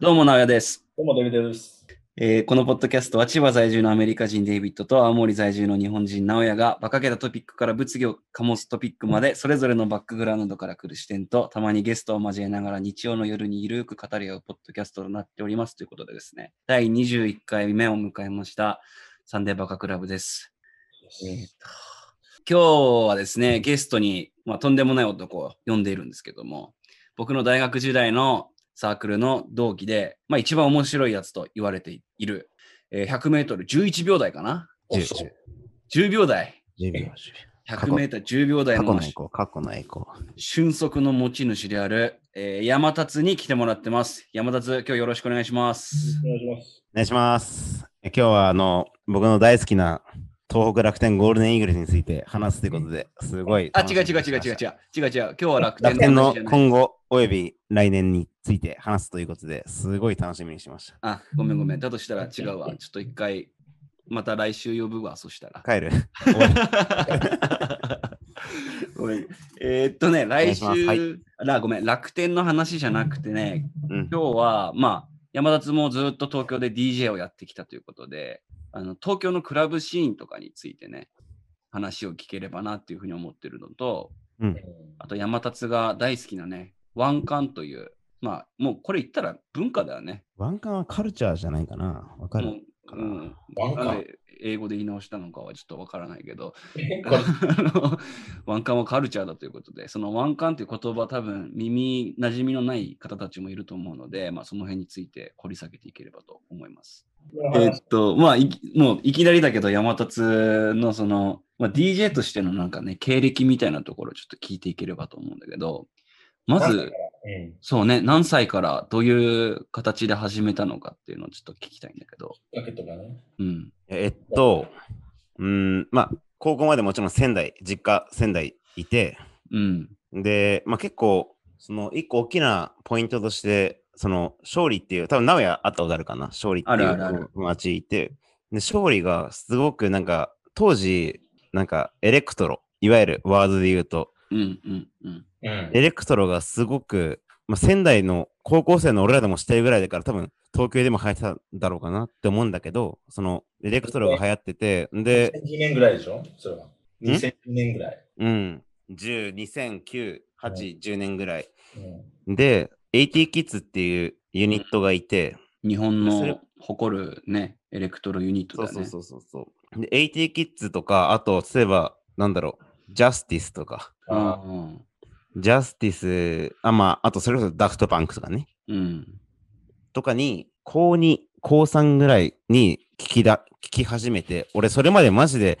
どうも、長屋です、どうも、デビデです。えーこのポッドキャストは千葉在住のアメリカ人デイビッドと青森在住の日本人直屋が馬鹿げたトピックから物議を醸すトピックまでそれぞれのバックグラウンドから来る視点とたまにゲストを交えながら日曜の夜にゆるく語り合うポッドキャストとなっておりますということでですね、第21回目を迎えましたサンデーバカクラブです。今日はですね、ゲストに、まあ、とんでもない男を呼んでいるんですけども、僕の大学時代のサークルの同期で、まあ、一番面白いやつと言われている、えー100メートル11秒台かなお10そう10秒台。 10秒。 100メートル10秒台過去のの栄光、過去の栄光。俊足の持ち主である、えー山達に来てもらってます。山達、今日よろしくお願いします。お願いします。お願いします。え今日はあの僕の大好きな東北楽天ゴールデンイーグルスについて話すということですごいあ、楽違しうみに違う違う違う違うしてました。違う違う。今日は楽天楽天の話のじゃない。今後および来年について話すということですごい楽しみにしましあ、ごめんごめん。だとしたら違うわ。ちょっと一回、また来週呼ぶわ、そしたらた。。帰る。ごめん。えーっとね、来週、お願いしますはいらごめん、楽天の話じゃなくてね、うん今日は、まあ、山田津もずっと東京で DJ をやってきたということで、あの東京のクラブシーンとかについてね、話を聞ければなっていうふうに思ってるのと、あと山達が大好きなね、ワンカンという、まあ、もうこれ言ったら文化だよね。ワンカンはカルチャーじゃないかな。わかもる。ううん、ワンカなんン。で英語で言い直したのかはちょっとわからないけど、これあの ワンカンはカルチャーだということで、そのワンカンという言葉、多分耳馴染みのない方たちもいると思うので、まあ、その辺について掘り下げていければと思います。こえれっと、まあ、いきもういきなりだけど、山達のその、まあ、DJ としてのなんかね、経歴みたいなところをちょっと聞いていければと思うんだけど、まず、うんそうね、何歳からどういう形で始めたのかっていうのをちょっと聞きたいんだけど、きっかけとかね。うん。えっと、うーん、まあ、高校までもちろん仙台、実家仙台いて、うん。で、まあ、結構、その一個大きなポイントとして、その勝利っていう、多分直哉あったことあるかな、勝利っていあるあるあうる友達いて、で勝利がすごくなんか、当時、なんかエレクトロ、いわゆるワードで言うと、うんうんうん。うんエレクトロがすごく、まあ、仙台の高校生の俺らでもしてるぐらいだから、多分東京でも流行ってたんだろうかなって思うんだけど、そのエレクトロが流行ってて、で、 2010年ぐらいでしょそれは。2010年ぐらい。うん、10、2009、8、10年ぐらい。うんで、AT キッズっていうユニットがいて、日本それの誇るね、エレクトロユニットだそうね。そうそうそうそう。で、AT キッズとか、あと、例えば、なんだろう、ジャスティスとか、あうんジャスティス、あ、まあ、あと、それこそダフトパンクとかね、うん。とかに、高2、高3ぐらいに聞きだ、聞き始めて、俺、それまでマジで、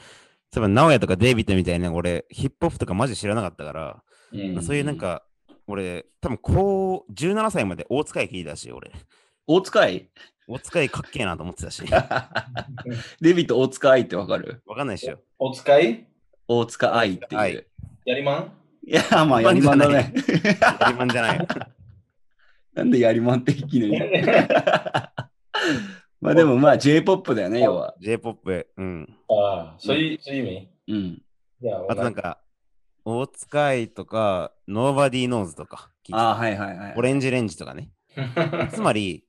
例えば、直哉とかデイビッドみたいな、俺、ヒップホップとかマジ知らなかったから、うんうんそういうなんか、俺、多分、こう、17歳まで大塚駅聞いたし、俺、大塚愛大塚駅かっけえなと思っ てたし、デビット大塚愛ってわかるわかんないっしょ。お使い大塚愛ってはいう。いい、やりまんや、まあ、やりまんだね。やりまんじゃないよ。なんでやりまんっていき なり。まあでもまあ J-POP だよね、要は。 J-POP、うん。ああ、そういうそういう意味うん。いや、わあとなんかか、大塚愛とか、Nobody Knows とか聞いてあた、あ、はいはいはい。オレンジレンジとかね。る。つまり、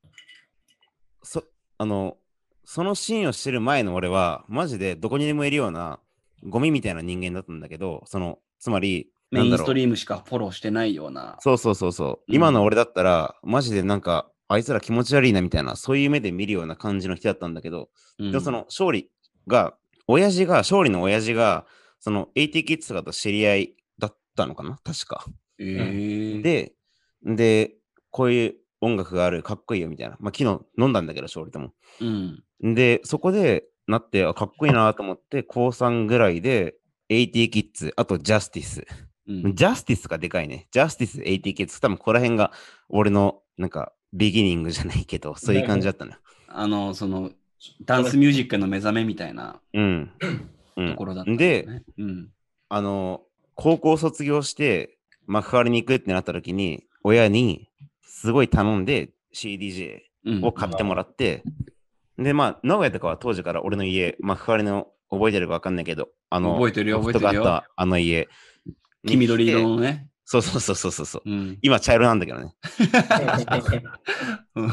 そ、あの、そのシーンをしてる前の俺は、マジでどこにでもいるような、ゴミみたいな人間だったんだけど、その、つまり、メイなンんだスろトうリームしかフォローしてないような。そうそうそうそう。うん今の俺だったら、マジでなんか、あいつら気持ち悪いなみたいな、そういう目で見るような感じの人だったんだけど、うんでもその勝利が、親父が、勝利の親父が、その AT キッズとかと知り合いだったのかな確か。えー、で、で、こういう音楽がある、かっこいいよみたいな。まあ昨日飲んだんだけど、勝利とも。うん。で、そこでなって、あかっこいいなと思って、高3ぐらいで、AT キッズ、あとジャスティス。うん。ジャスティスがでかいね。ジャスティス、AT キッズ。多分ここら辺が俺の、なんか、ビギニングじゃないけど、そういう感じだったのよ。あの、その、ダンスミュージックの目覚めみたいなうん。うとんころだったんだよで、ね。うん。あの、高校卒業して、幕張に行くってなった時に、親にすごい頼んで CDJ うんを買ってもらって、で、まあ、名古屋とかは当時から俺の家、幕張の覚えてるかわかんないけど、あの、覚えてるよロフトがあったあの家。黄緑に来て 色のね。そうそうそうそうそうそう。うん。今、茶色なんだけどね。う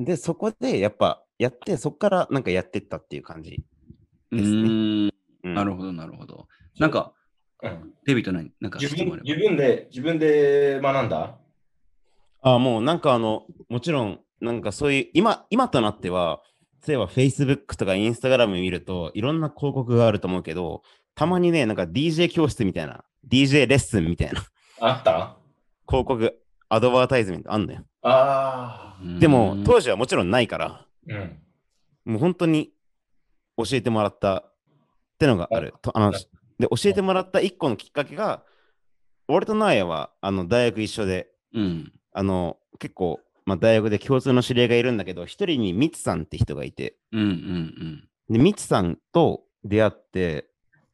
んで、そこでやっぱやって、そこからなんかやってったっていう感じ。うですねーん。うん、なるほど、なるほど。なんか、うんデビット何なんか 自質問あれば分自分で、自分で学んだあもうなんかあの、もちろん、なんかそういう、今、今となっては、例えば Facebook とか Instagram 見ると、いろんな広告があると思うけど、たまにね、なんか DJ 教室みたいな、DJ レッスンみたいなあった広告、アドバータイズメントあんのよ。ああ。でもう、ん当時はもちろんないから、うん。もう本当に教えてもらったってのがある。とあのはいで、教えてもらった一個のきっかけが、俺とナーヤはあの大学一緒で、うん。あの結構、まあ、大学で共通の知り合いがいるんだけど、一人にミツさんって人がいて、うんうんで、ミツさんと出会って、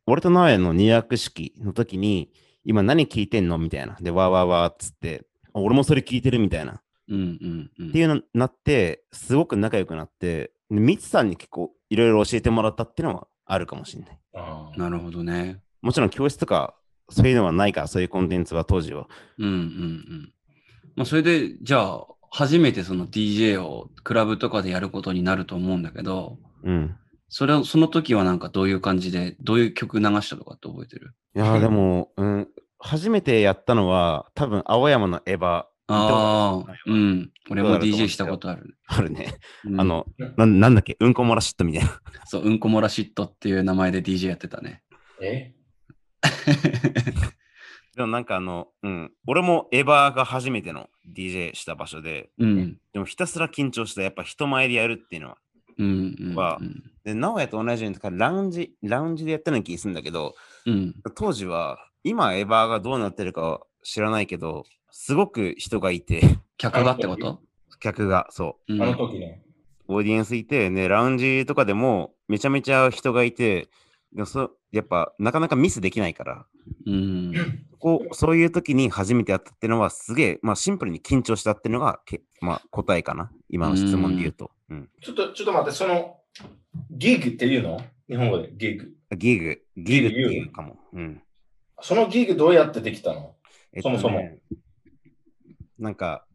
俺とナーヤの入学式の時に、今何聞いてんのみたいな。で、わーわーわーっつって、あ俺もそれ聞いてるみたいな。うん。うんうんうん。っていうのになって、すごく仲良くなって、でミツさんに結構いろいろ教えてもらったっていうのはあるかもしれない。あーなるほどね。もちろん教室とかそういうのはないから、そういうコンテンツは当時は。うんうんうん。まあ、それで、じゃあ、初めてその DJ をクラブとかでやることになると思うんだけど、うん。それを、その時はなんかどういう感じで、どういう曲流したとかって覚えてるいやうーんでも、うん、初めてやったのは、多分青山のエヴァああ、うん。俺もどうだろうと思うんです DJ よしたことあるね。あるね。うんあ、のうん、ななんだっけ、うんこ漏らしっとみたいな。 そう、うんこもらしっとっていう名前で DJ やってたね。えでもなんかあの、うん、俺もエヴァが初めての DJ した場所で、うん。でもひたすら緊張して、やっぱ人前でやるっていうのは。うんうん。わで、直哉と同じように、だからラウンジ、ラウンジでやったの気がするんだけど、うん。当時は、今エヴァがどうなってるかは知らないけど、すごく人がいて、 客がってこと客が、そう。うあん。の時ね。オーディエンスいて、ね、ラウンジとかでもめちゃめちゃ人がいて、でもそやっぱなかなかミスできないから、うん。こうそういう時に初めてやったっていうのはすげえ、まあ、シンプルに緊張したっていうのがけ、まあ、答えかな、今の質問で言うと。うんちょっと、ちょっと待って、その、ギグっていうの日本語でギグ。ギグ、ギグっていうかも。うんそのギグどうやってできたのえっそもそもなんか、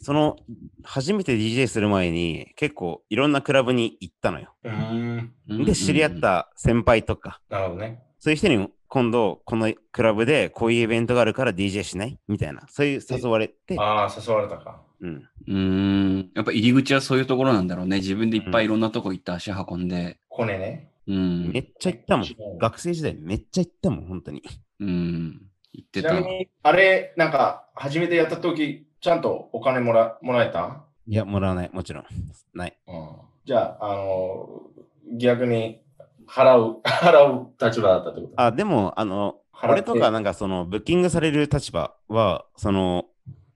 その初めて DJ する前に結構いろんなクラブに行ったのよ。うーん。うんで、知り合っ。た先輩とか、なるほどね。そういう人に今度このクラブでこういうイベントがあるから DJ しないみたいな、そういう誘われて、ああ、誘われたか。うん、うん。やっぱ入り口はそういうところなんだろうね。自分でいっぱいいろんなとこ行って足運んで。コネね。うんめ。っちゃ行ったもん違う。学生時代めっちゃ行ったもん、本当に。うん。行ってちたなみ。に、あれ、なんか、初めてやった時、ちゃんとお金もらもらえたいや、もらわない、もちろん。ない。うん。じゃあ、あの逆に、払う、 払う立場だったってことあ、でも、あの、払って俺とかなんかその、ブッキングされる立場は、その、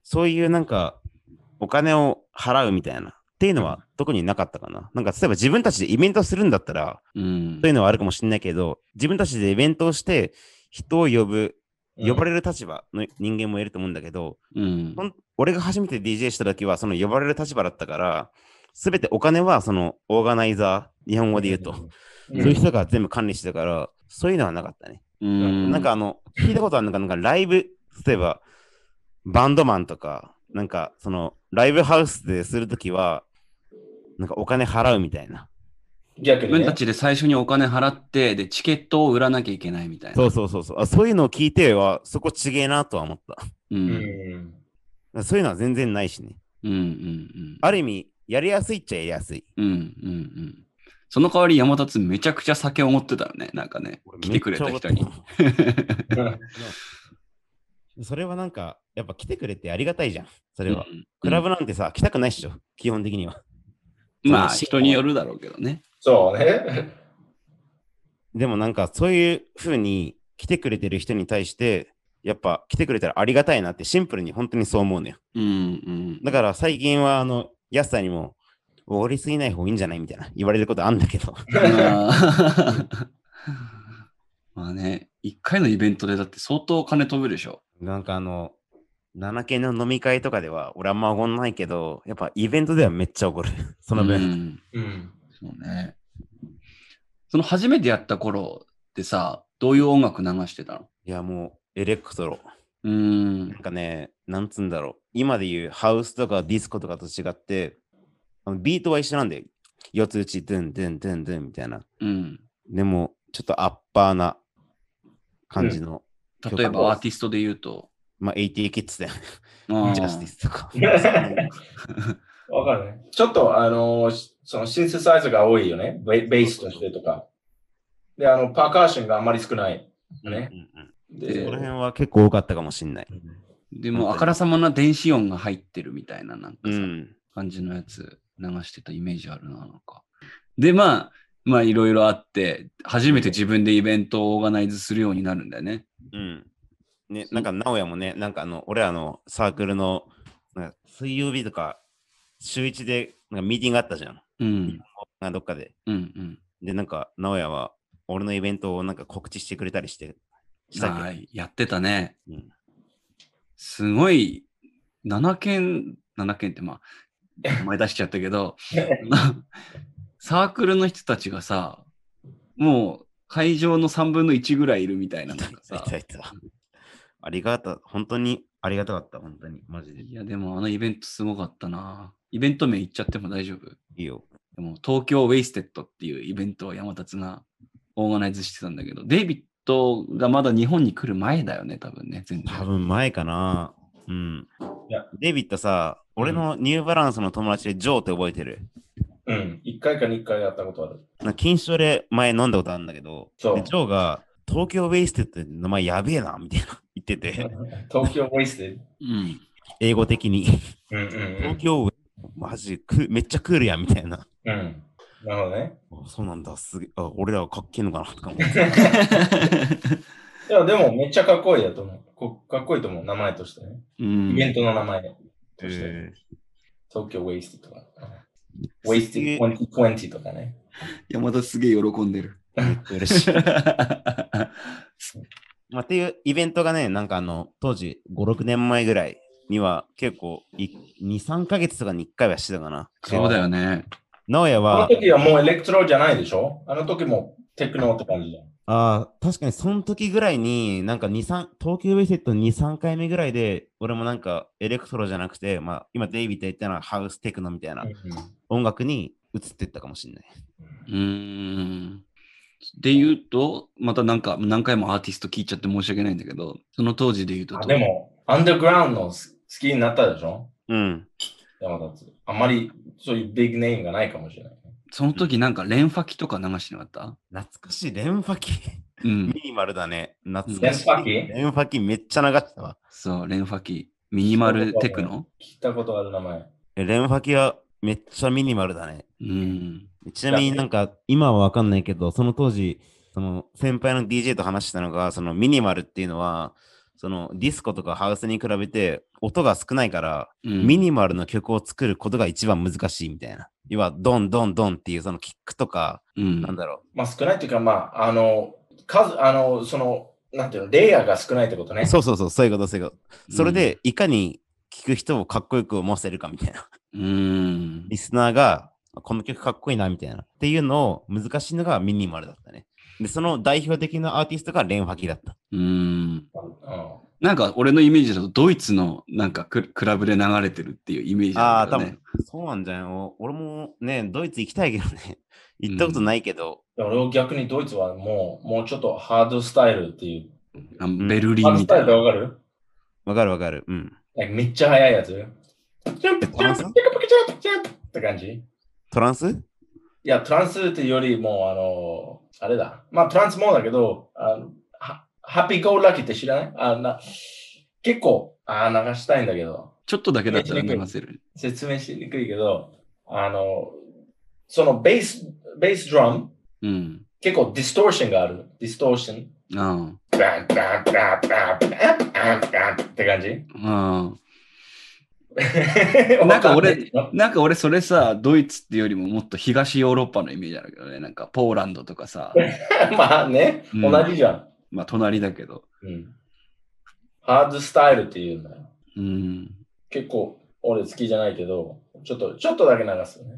そういうなんか、お金を払うみたいな。っていうのは特になかったかな。なんか例えば自分たちでイベントするんだったら、うんそうい。うのはあるかもしれないけど、自分たちでイベントをして人を呼ぶ呼ばれれる立場の人間もいると思うんだけど、うん。ほん俺が初めて DJ した時はその呼ばれる立場だったから、すべてお金はそのオーガナイザー、日本語で言うと、そうんういう人が全部管理してたから、そういうのはなかったね。うんなんか、あの、聞いたことあるのが、なんかライブ、例えばバンドマンとか、なんかそのライブハウスでするときは、なんかお金払うみたいな。自逆に、分たね。ちで最初にお金払って、で、チケットを売らなきゃいけないみたいな。そうそうそうそうあ。そういうのを聞いては、そこちげえなとは思った。だかう。うんうんん。らそういうのは全然ないしね。うんうん。ある意味、やりやすいっちゃやりやすい。うんうんうん。その代わり山立めちゃくちゃ酒を持ってたよね。なんかね、来てくれた人に。それはなんか、やっぱ来てくれてありがたいじゃん。それうんは。クラブなんてさ、来たくないっしょ。基本的には。まあその人によるだろうけどね。そうね。でもなんか、そういう風に来てくれてる人に対して、やっぱ来てくれたらありがたいなってシンプルに本当にそう思うのよ。うんうん。だから最近は、あの、安さんにも、おりすぎない方がいいんじゃないみたいな言われることあんだけど。 まあ まあね、一回のイベントでだって相当金飛ぶでしょ。なんかあの、7軒の飲み会とかでは、俺あんまおごんないけど、やっぱイベントではめっちゃおごる。 その分。うんうん。そうね。その初めてやった頃ってさ、どういう音楽流してたのいやもエレクトロ。うーんなん。かね、なんつうんだろう。今で言うハウスとかディスコとかと違って、あのビートは一緒なんで、四つ打ち、ドゥンドゥンドゥンドゥンみたいな。うん。でも、ちょっとアッパーな感じの、例えばアーティストで言うと、まあ、80キッズだよね。あジャステーィス とか。わかるね。ちょっと、あの、しそのシンセサイズが多いよね。ベベースとしてとか。で、あの、パーカーションがあんまり少ない。ね。うんうんそでこら、辺は結構多かったかもしんない。でも、あからさまな電子音が入ってるみたいな、なんかうさ、ん。感じのやつ流してたイメージあるな、なんか。で、まあ、まあ、いろいろあって、初めて自分でイベントをオーガナイズするようになるんだよね。うん。ね、なんか、直哉もね、なんかあの、俺らのサークルの、なんか水曜日とか、週一で、なんかミーティングあったじゃん。うん。あどっかで。うんで、なんか、直哉は、俺のイベントをなんか告知してくれたりして、うしん。たっけはい。やってたね。うんすごい、7件、7件って まあ、名前出しちゃったけど、 サークルの人たちがさ、もう会場の3分の1ぐらいいるみたいな、なんかいさ。たいた。ありがた、本当にありがたかった、本当に。マジで。いいや、でもあのイベントすごかったな。イベント名言っちゃっても大丈夫いよ。でも東京ウェイステッドっていうイベントを山達がオーガナイズしてたんだけど、デイビッドがまだ日本に来る前だよね、多分ね、全多然。分前かな。うんいや。デイビッドさ、俺のニューバランスの友達でジョーって覚えてる。うん。1回か2回やったことある。なんか金賞で前飲んだことあるんだけど、でジそうョーが東京ウェイステッドって名前やべえな、み たいな言ってて、東京ボイスで。うん。英語的に。うんうん東京ウェイマジく、めっちゃクールやん、みたいな。うん。うん。なるほどね。あそうなんだ、すげえあ俺らはかっけえのかなとか思って。いや、でもめっちゃかっこいいやと思う。こかっこいいと思う、名前としてね。うんイ ベントの名前として。え東京ウェイスティとか。ウェイスティ2020とかね。山達すげえ喜んでる。ーめっちゃ嬉しい。まあ、っていうイベントがね、なんかあの、当時5、6年前ぐらいには結構い、2、3ヶ月とかに1回はしてたかな。そうだよね。直哉あの、は時はもうエレクトロじゃないでしょあの時もテクノって感じじゃん。ああ、確かにその時ぐらいに、なんか2、3、東京ウェイセット2、3回目ぐらいで、俺もなんかエレクトロじゃなくて、まあ、今デイビッドが言ったのはハウステクノみたいな音楽に移ってったかもしれない。うーん。で言うと、またなんか何回もアーティスト聞いちゃって申し訳ないんだけど、その当時で言うと、あでも、アンダーグラウンドの好きになったでしょうん。山立つ。あんまりそういうビッグネームがないかもしれない。その時なんか連ファキとか流してなかった懐かしい、レンファキ。うんミ。ニマルだね。懐かしい。レンファキレンファキめっちゃ流してたわ。そう、連ファキ。ミニマルテクノ聞いたことある名前。えレンファキはめっちゃミニマルだね。うん。ちなみになんか、今はわかんないけど、その当時、その先輩の DJ と話してたのが、そのミニマルっていうのは、そのディスコとかハウスに比べて音が少ないから、うんミニマルの曲を作ることが一番難しいみたいな。要は、ドンドンドンっていうそのキックとか、うんなんだろまあ少ないというか、まあ、あの、数、あの、その、なんていうの、レイヤーが少ないってことね。う。そうそうそう、そういうこと、そういうこと。それで、いかに聴く人をかっこよく思わせるかみたいな。うんリ。スナーが、この曲かっこいいなみたいな。っていうのを、難しいのがミニマルだったね。で、その代表的なアーティストがレンファキだった。うん。うんなんか俺のイメージだとドイツのなんかククラブで流れてるっていうイメージあなあ、んだ多よね。分そうなんじゃん。お俺もね、ドイツ行きたいけどね、行ったことないけど、で俺は逆にドイツはもう、もうちょっとハードスタイルっていう。あベルリハーンドみスタたイいルってな。わかるわ、かるわかる。うん。なんかめっちゃ速いやつ。ジャンプ、ジトャランンプ、ピスカピカジャンプ、ジャンプって感じ。いトランスや、トランスっていうよりもう、あの、あれだ。まあ、トランスもだけど、あのハハッピーゴーラッキーって知らないあな結構、あー流したいんだけど、ちょっとだけだったら流せる。説明しにくいけど、あの、そのベース、ベースドラム、うん。結構ディストーションがある。ディストーション。あバンバンバンバンバンバンバンって感じあ。ああ。なんか俺、なんか俺それさ、ドイツっていうよりももっと東ヨーロッパのイメージあるけどね。なんかポーランドとかさ、まあね、うん同じじゃん。まあ隣だけど。うんハードスタイルっていうんだよ。うん。結構俺好きじゃないけど、ちょっと、ちょっとだけ流すよね。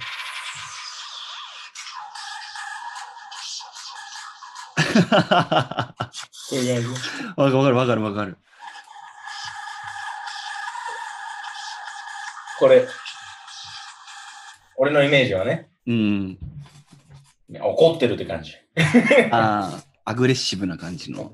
わこういう感じ。かるわかるわかる。これ、俺のイメージはね、うん。怒ってるって感じ。ああ、アグレッシブな感じの。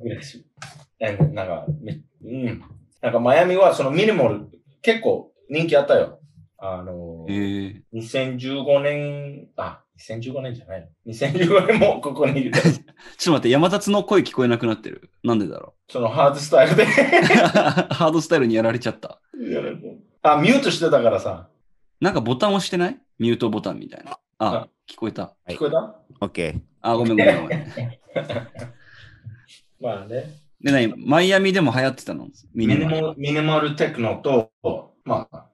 なんか、めうん。なんか、マイアミはそのミニモル、結構人気あったよ。あのえー、ー、 2015年、あ、2015年じゃないよ。2015年もここにいる。ちょっと待って、山立の声聞こえなくなってる。なんでだろそのハードスタイルでう。 ハードスタイルにやられちゃった。やられて。あ、ミュートしてたからさ。なんかボタン押してないミュートボタンみたいな。ああ、聞こえた。はい聞こえたオッケあ、ごめんごめんごめん。まあね。で、なに、マイアミでも流行ってたのミミニニマル。モルミニマルテクノと、まあ、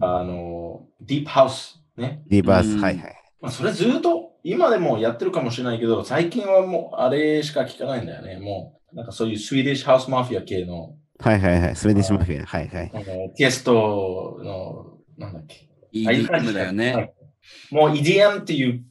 あのー、ディープハウス。ね。ー。リバース、うんはいはい。まあ、それずっと、今でもやってるかもしれないけど、最近はもうあれしか聞かないんだよね。もう、なんかそういうスウィーディッシュハウスマフィア系の、はいはいはい。スウェーディッシュマフィア。はいはい。あのティエストの、なんだっけ。 EDM だよね。もう EDM っていう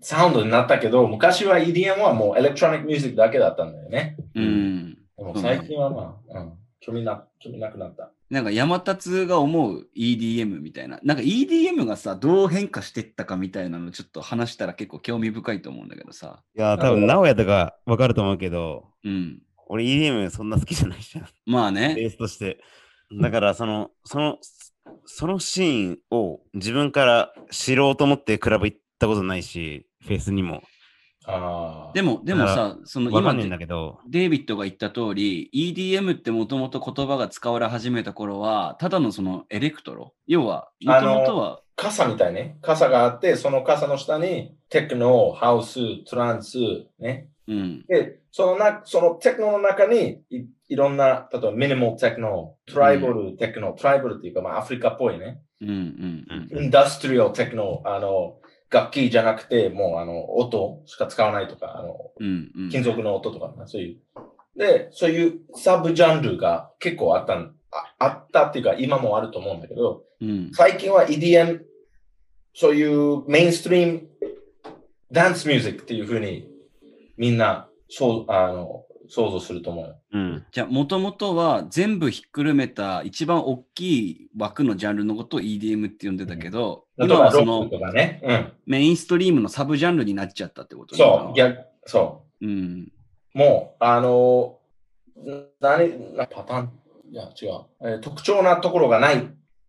サウンドになったけど、昔は EDM はもうエレクトロニックミュージックだけだったんだよね。ういん。でも最近はまあ、うん、興味な、興味なくなった。なんか山立が思う EDM みたいな。なんか EDM がさ、どう変化してったかみたいなのちょっと話したら結構興味深いと思うんだけどさ。いやー、多分、名古屋とかわかると思うけど、うん。俺 EDM そんな好きじゃない じゃん。まあベね。ースとして。だから、その、その、そのシーンを自分から知ろうと思ってクラブ行ったことないし、フェイスにも。ああ。でも、でもさ、そのわか今んねえんでだけど、デイビッドが言った通り、EDM ってもともと言葉が使われ始めた頃は、ただのそのエレクトロ。要は、もあとのもとは、傘みたいね。傘があって、その傘の下に、テクノ、ハウス、トランス、ね。うん。で、そのな、そのテクノの中にい、いろんな、例えばミニモルテクノ、トライバルテクノ、トライバルっていうか、まあアフリカっぽいね。うんうんうん。インダストリアルテクノ、あの、楽器じゃなくて、もうあの、音しか使わないとか、あの、うんうん。金属の音とか、そういう。で、そういうサブジャンルが結構あったん、ああったっていうか、今もあると思うんだけど、うん。最近は EDM、そういうメインストリームダンスミュージックっていうふうにみんなそうあの想像すると思うよ。うん。じゃあ、もともとは全部ひっくるめた一番大きい枠のジャンルのことを EDM って呼んでたけど、例え今ばはそロックのとかね。うん。メインストリームのサブジャンルになっちゃったってことねそう、逆、そうん。う。もう、あの、何、なパターン、いや、違う、えー特徴なところがないっ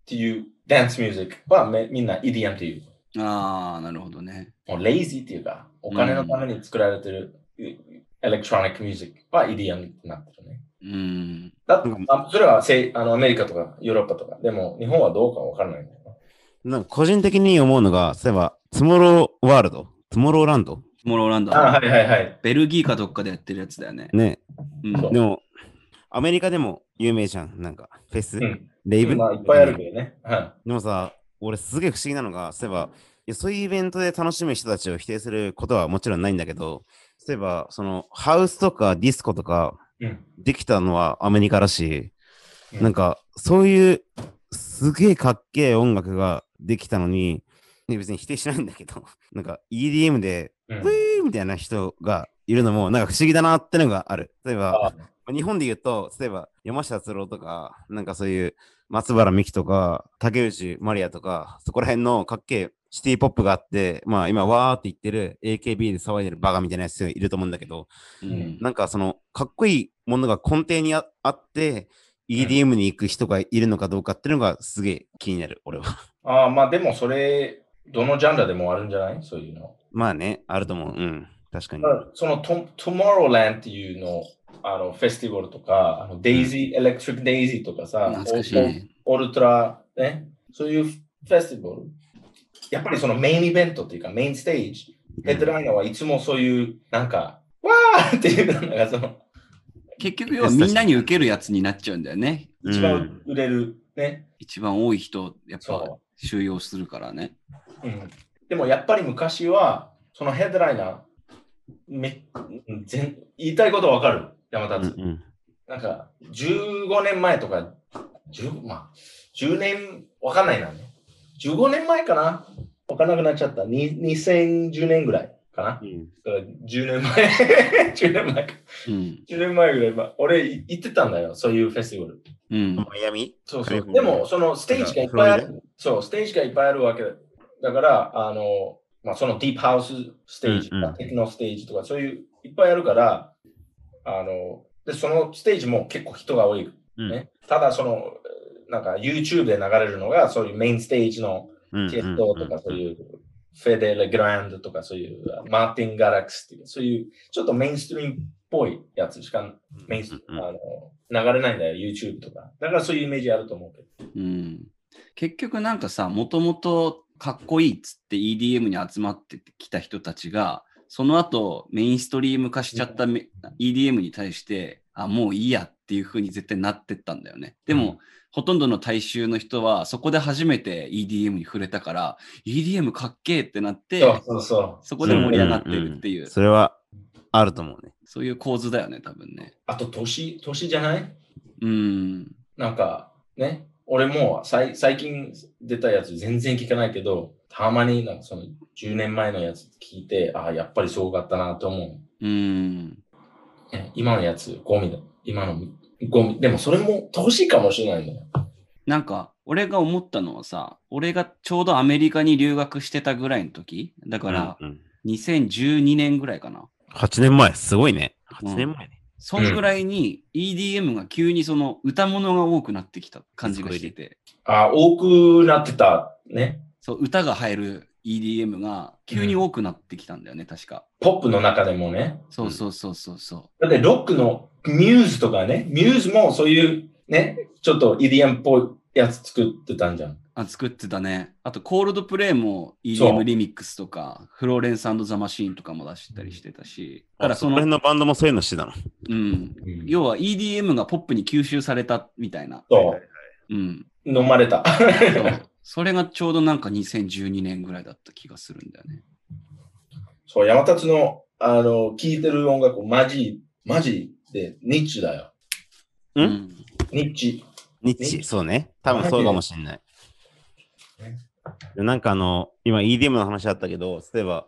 ていうダンスミュージックはめみんな EDM っていう。ああ、なるほどね。もうレイジーっていうか、お金のために作られてる、エレクトロニックミュージックは EDM になってるね。うん。だってうんあそれはせあのアメリカとかヨーロッパとか、でも日本はどうかわからないんだよな。なんか個人的に思うのが、例えば、トゥモローワールド、トゥモローランド、モローランド、あはいはいはい。ベルギーかどっかでやってるやつだよね。ね、うん。そうでも、アメリカでも有名じゃん、なんか、フェス、うん。レイブ、まあいっぱいあるけどね。うんでもさ、俺すげえ不思議なのが、そういえば、いやそういうイベントで楽しむ人たちを否定することはもちろんないんだけど、そういえば、その、ハウスとかディスコとかうん。できたのはアメリカらしい、うんなんか、そういうすげえかっけえ音楽ができたのに、ね、別に否定しないんだけど、なんか EDM で、うウんィーみたいな人がいるのも、なんか不思議だなってのがある。例えば、あまあ日本で言うと、例えば山下達郎とか、なんかそういう松原美樹とか、竹内まりやとか、そこら辺のかっけえシティポップがあって、まあ今わーって言ってる AKB で騒いでるバカみたいなやつがいると思うんだけど、うんなんかそのかっこいいものが根底にああって、EDM に行く人がいるのかどうかっていうのがすげえ気になる、俺は。あーまあでもそれ、どのジャンルでもあるんじゃないそういうの。まあね、あると思う。うん、確かにだか。らそのト、トゥモローランっていうの、あの、フェスティバルとか、あのデイジー、エレクトリックデイジーとかさ、懐かしいね。オルトラ、ね、そういうフェスティバル。やっぱりそのメインイベントっていうか、メインステージ、ヘッドライナーはいつもそういう、なんか、わーっていう、なんかその、結局、要はみんなに受けるやつになっちゃうんだよね。うん一番売れる、ね、一番多い人、やっぱそ収容するからね。う、うん。でもやっぱり昔は、そのヘッドライナー、めうん全言いたいことわかる、山うん立。うんなんか、15年前とか、10, まあ、10年、わかんないな、ね。15年前かなわかんなくなっちゃった。に2010年ぐらいかかな。うんだから10年前、10年 前か。うん。 10年前ぐらい前、俺い行ってたんだよ、そういうフェスティバル。うん。マイアミそうカそリうフォ。ルでニアも、そのステージがいっぱいある。そう、ステージがいっぱいあるわけだだから、あの、まあ、そのディープハウスステージとか、うんうんテクノステージとか、そういういっぱいあるから、あの、で、そのステージも結構人が多い。ねうんただ、その、なんか YouTube で流れるのが、そういうメインステージのうんチェストとかそういう、フェデレ・グランドとかそういう、マーティン・ガラックスっていう、そういう、ちょっとメインストリームっぽいやつしか、メインス、うんうんあの、流れないんだよ、YouTube とか。だからそういうイメージあると思うけど。うん、結局なんかさもともとかっこいいっつって EDM に集まってきた人たちがその後メインストリーム化しちゃっため EDM に対してあもういいやっていう風に絶対なってったんだよねでも、うんほとんどの大衆の人はそこで初めて EDM に触れたから EDM かっけえってなってそうそうそう。そこで盛り上がってるっていう、んんそれはあると思うね。そういう構図だよね多分ねあと、年、年じゃないうんなんか、ね。俺もさい最近出たやつ全然聞かないけど、たまになんかその10年前のやつ聞いて、ああ、やっぱりすごかったなと思う。うんね今のやつ、ゴミだ。今のゴミ。でもそれも年かもしれないんだよ。なんか、俺が思ったのはさ、俺がちょうどアメリカに留学してたぐらいの時、だからうんうん2012年ぐらいかな。 8年前、すごいね。うん8年前ね。そんぐらいに EDM が急にその歌物が多くなってきた感じがしてて、あ、多くなってた。ね。そう歌が入る EDM が急に多くなってきたんだよね、確か。ポップの中でもね。そうそうそうそうそだってロックのミューズとかね。ミューズもそういうね、ちょっと EDM っぽいやつ作ってたんじゃん。う。あ作ってたね。あと、コールドプレイもそう EDM リミックスとか、フローレンスザ・マシーンとかも出したりしてたし、だかかららそそのの、辺のバンドもそういうのしてたの。うん、要は EDM がポップに吸収されたみたいな。そうん。う。飲まれた。 そうそれがちょうどなんか2012年ぐらいだった気がするんだよね。そう、山立の、あの、聴いてる音楽、マジ、マジでニッチだよ。うんん、ニッチ。ニッチ、そうね。多分そうかもしれないね。でなんかあの、今 EDM の話あったけど、例えば、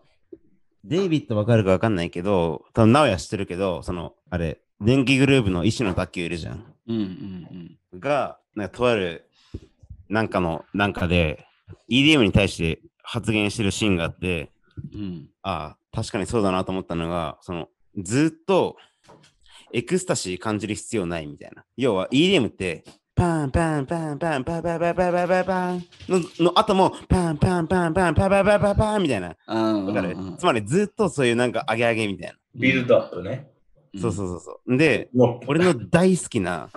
デイビッドわかるかわかんないけど、多分直哉知ってるけど、その、あれ、電気グループの石野卓球いるじゃん。うんうんが、なんかとあるなんかの、なんかで、EDM に対して発言してるシーンがあって、うんうんああ、確かにそうだなと思ったのが、その、ずっとエクスタシー感じる必要ないみたいな。要は EDM って、パンパンパンパンパンパンパンパンパンパンパンのの後もパンパンパンパンパンパンパンパンパンみたいな。あー。わかるうんうんつまりずっとそういうなんかアゲアゲみたいビルドアップね。うんな。そうそうそうそう。で、もう俺の大好きな、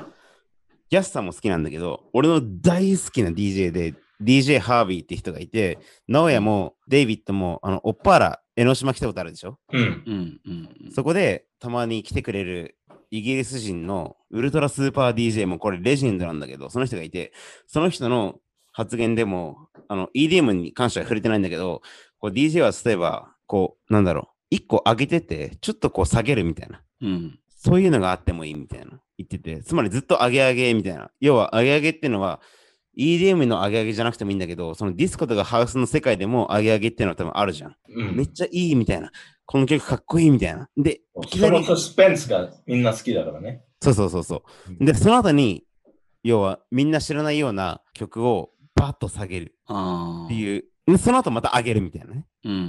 ヤスさんも好きなんだけど、俺の大好きな DJ で、DJ ハービーって人がいて、直哉もデイビッドも、あの、オッパーラ、江ノ島来たことあるでしょうん。うんうんうん。そこで、たまに来てくれるイギリス人のウルトラスーパー DJ も、これレジェンドなんだけど、その人がいて、その人の発言でも、あの、EDM に関しては触れてないんだけど、こう DJ は例えば、こう、なんだろう、一個上げてて、ちょっとこう下げるみたいな。うんそういうのがあってもいいみたいな言ってて、つまりずっと上げ上げみたいな。要は上げ上げっていうのは EDM の上げ上げじゃなくてもいいんだけど、そのディスコとかハウスの世界でも上げ上げっていうのは多分あるじゃん。うんめっちゃいいみたいな。この曲かっこいいみたいな。で、いきなそのり、サスペンスがみんな好きだからね。そうそうそうそう。で、その後に、要はみんな知らないような曲をバッと下げるああ。っていう、でその後また上げるみたいなね。うんうんう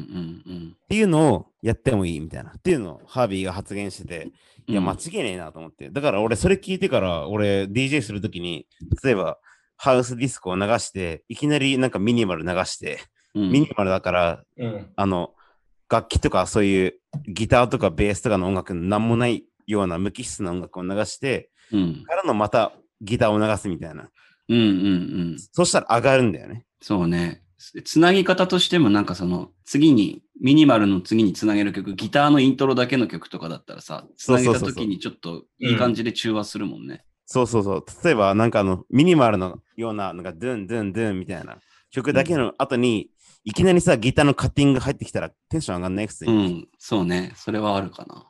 ん。っていうのをやってもいいみたいな。っていうのをハービーが発言してて、いや、うん間違いねえなと思って。だから俺、それ聞いてから、俺、DJ するときに、例えば、ハウスディスコを流して、いきなりなんかミニマル流して、うんミニマルだから、うん。あの、楽器とかそういうギターとかベースとかの音楽、なんもないような無機質な音楽を流して、うんからのまたギターを流すみたいな。うんうんうん。そしたら上がるんだよね。そうね。つつなぎ方としてもなんかその次にミニマルの次につなげる曲ギターのイントロだけの曲とかだったらさつそうなげそうたそうそう時にちょっといい感じで中和するもんね。そうそうそう。例えば、なんかあの、ミニマルのような、なんか、ドゥンドゥンドゥンみたいな曲だけの後に、いきなりさ、ギターのカッティング入ってきたらテンション上がんないくせうに。ん、そうね。それはあるかな。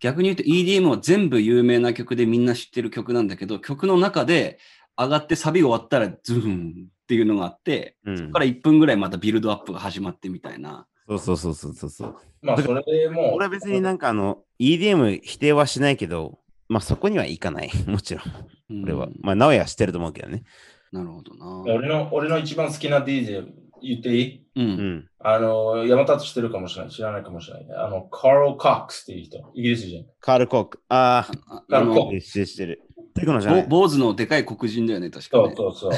逆に言うと EDM は全部有名な曲でみんな知ってる曲なんだけど曲の中で上がってサビが終わったらズーンっていうのがあってうんそこから1分ぐらいまたビルドアップが始まってみたいなそうそうそうそうそうそう。まあ、それでもう。俺は別になんかあの、EDM 否定はしないけど、まあそこにはいかない。 もちろん。うん俺は。まあ、直哉はしてると思うけどね。なるほどな。。俺の、俺の一番好きな DJ 言っていいううんん。あの、山立してるかもしれない。知らないかもしれない。あの、カール・コックスっていう人。イギリス人。カール・コーク。ああなあるほあ、のど、一周してる。テクノじゃなぼい。坊主のでかい黒人だよね、確かそねう。そうそう。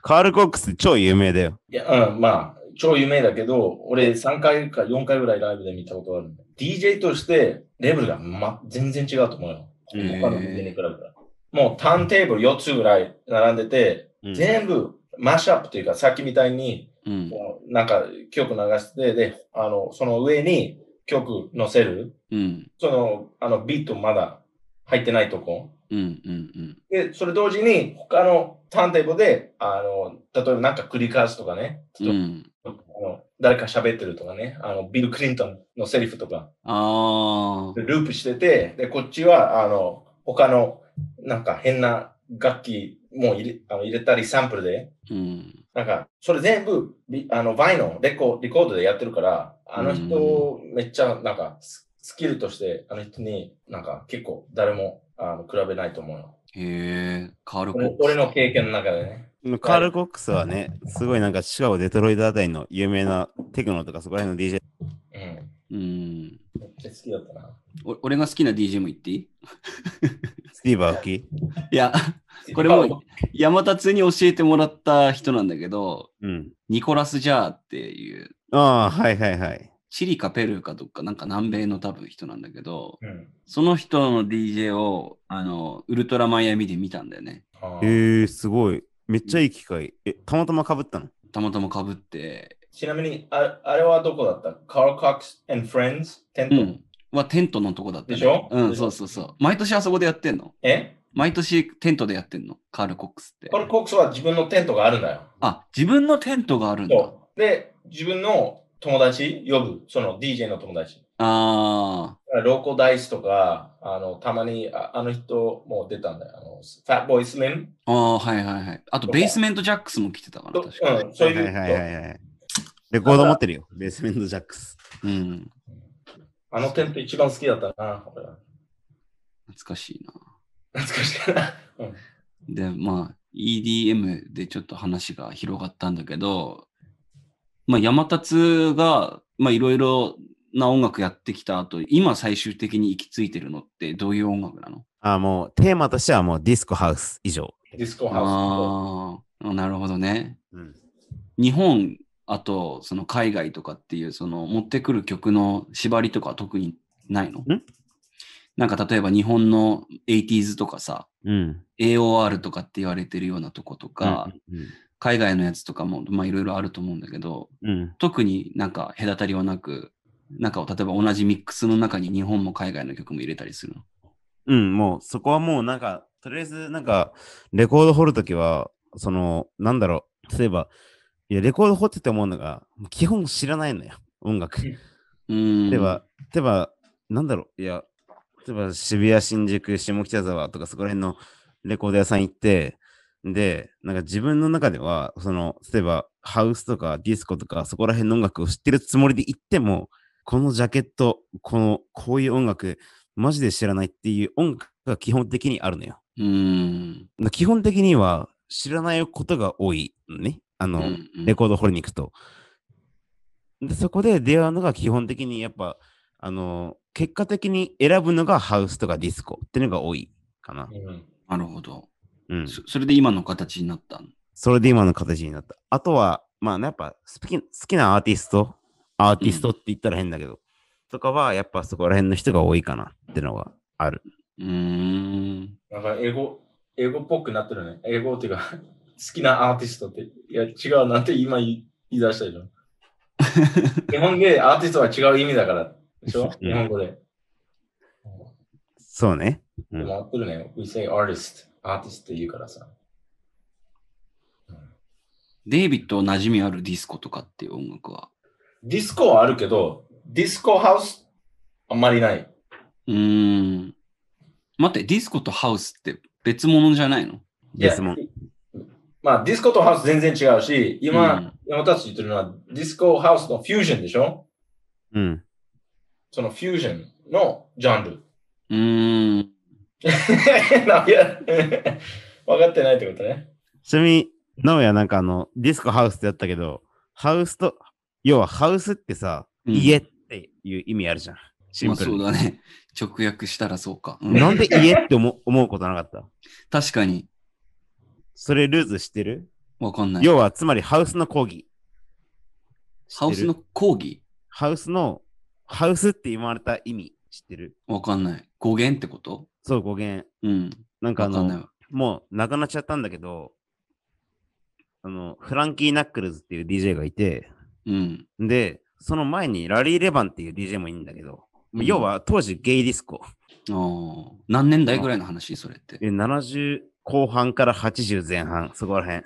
カール・コックス超有名だよ。いや、うん、まあ、超有名だけど、俺3回か4回ぐらいライブで見たことある。DJ として、レベルが、ま、全然違うと思うよ。他へーの DJ に比べたら。もう、ターンテーブル4つぐらい並んでて、うん全部、マッシュアップというか、さっきみたいに、 うん。もうなんか、曲流して、で、あの、その上に曲載せる。うん。その、あの、ビートまだ入ってないとこ。うん。うん。うん。で、それ同時に、他のターンテーブルで、あの、例えばなんか繰り返すとかね。うん。あの誰か喋ってるとかね、あのビル・クリントンのセリフとか、ああ。ループしてて、で、こっちは、あの、他の、なんか変な楽器も入れあの入れたり、サンプルで、うん。なんか、それ全部、ビあの、バイのレコ、レコードでやってるから、あの人、めっちゃ、なんか、ススキルとして、あの人に、なんか、結構、誰も、あの、比べないと思うよ。へえ、カールコッ俺クス俺の経験の中でね。カール・コックスはね、すごいなんかシカゴ、デトロイトあたりの有名なテクノとかそこら辺の DJ。うん。うん。めっちゃ好きだったな。お俺が好きな DJ も言っていいスティーブ・アオキ。いや、これも、山田通に教えてもらった人なんだけど、うん。ニコラス・ジャーっていう、ああ、はいはいはい。チリかペルーかどっか、なんか南米の多分人なんだけど、うん。その人の DJ を、あの、ウルトラマイアミで見たんだよね。あーえー、すごい。めっちゃいい機会。え、たまたまかぶったのたまたまかぶって、ちなみに、ああれはどこだったカール・コックス and Friends? テンうト、ん。はテントのとこだった、ね。でしょうん、でしょそうそうそう。毎年あそこでやってんのえ毎年テントでやってんのカール・コックスってカ。ール・コックスは自分のテントがあるんだよ。あ、自分のテントがあるんだ。そうで、自分の友達呼ぶ、その DJ の友達。あローコダイスとか、あの、たまにああの人も出たんだよ。あの、ファッボイスメン、あ、ああ、はいはいはい。あと、ベースメントジャックスも来てたかな、ど確かうん、そうはいいはいはいはう、いはい。レコード持ってるよ。ベースメント・ジャックス。に。うん。あのテント一番好きだったな。俺は懐かしいな。懐かしいな。うんで、まあ、EDM でちょっと話が広がったんだけど、まあ、山立が、まあ、いろいろな音楽やってきた後、今最終的に行き着いてるのってどういう音楽なのああ、もうテーマとしてはもうディスコハウス以上。ディスコハああ、なるほどね。うん。日本、あと、その海外とかっていう、その持ってくる曲の縛りとかは特にないのんなんか例えば日本の 80s とかさ、うん。 AOR とかって言われてるようなとことか、うん、海外のやつとかもまあいろいろあると思うんだけどうん。特になんか隔たりはなくなんか例えば同じミックスの中に日本も海外の曲も入れたりするの。うん、もうそこはもうなんか、とりあえずなんか、レコード掘るときは、その、なんだろう、例えば、いや、レコード掘ってて思うのが、基本知らないのよ、音楽。例うーんえば、例えば、なんだろう、いや、例えば渋谷、新宿、下北沢とかそこら辺のレコード屋さん行って、で、なんか自分の中では、その、例えば、ハウスとかディスコとか、そこら辺の音楽を知ってるつもりで行っても、このジャケット、この、こういう音楽、マジで知らないっていう音楽が基本的にあるのよ。うーんな基本的には知らないことが多いのね。あうの、んうんレコード掘りに行くと。で、そこで出会うのが基本的にやっぱ、あの、結果的に選ぶのがハウスとかディスコっていうのが多いかなウス。。うんなるほど、うん。そそれで今の形になったのそれで今の形になった。あとは、まあ、やっぱ好き好きなアーティスト、アーティストって言ったら変だけど、とかはやっぱそこら辺の人が多いかなってのはある。うーんなんか英語、英語っぽくなってるね。英語っていうか、 好きなアーティストって、いや、違うなんて今言い言い出したでし ょ。日本でアーティストは違う意味だから、でしょうん日本語で。そうね。うでんも合ってるね。We say artist, アーティストって言うからさ。デイビッド馴染みあるディスコとかっていう音楽は。ディスコはあるけど、ディスコハウス、あんまりない。うーん待ってディスコとハウスって別物じゃないのいや質問。まあ、ディスコとハウス全然違うし、今、うん山田たち言ってるのは、ディスコハウスのフュージョンでしょうん。そのフュージョンのジャンル。うーん。 なんや分かってないってことね。ちなみに、直哉なんかあの、ディスコハウスってやったけど、ハウスと、要はハウスってさ、うん家っていう意味あるじゃん。シまンあプそルうに。だね。直訳したらそうか。うんなんで家って思思うことなかった確かに、それルーズしてるわかんない。要は、つまりハウスの講義。ハウス知ってのる講義ハウスの、ハウスって言われた意味知ってるわかんない。語源ってことそう、語源。うん。なんかあわかんないの、わ。もうなくなっちゃったんだけど、あの、フランキー・ナックルズっていう DJ がいて、うん。で、その前にラリー・レバンっていう DJ もいいんだけど、うん要は当時ゲイディスコ。あー何年代ぐらいの話それって。え70後半から80前半、そこら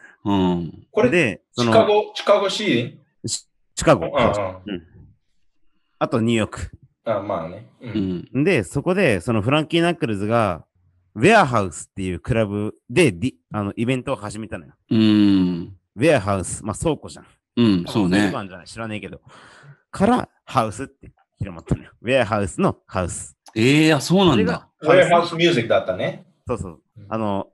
う辺。ん。これ、で、そシのカゴ、シカゴシシカーゴンうんうんあとニューヨーク。あまあね。うんうん。で、そこで、そのフランキー・ナックルズが、ウェアハウスっていうクラブでディあのイベントを始めたのよ。うん。ウェアハウス、まあ倉庫じゃん。うん、そう一ね。番じゃない知らねえけど。から、ハウスって広まったのよ。ウェアハウスのハウス。ええー、あ、そうなそれんがだ。ウェアハウスミュージックだったね。そうそううん。あの、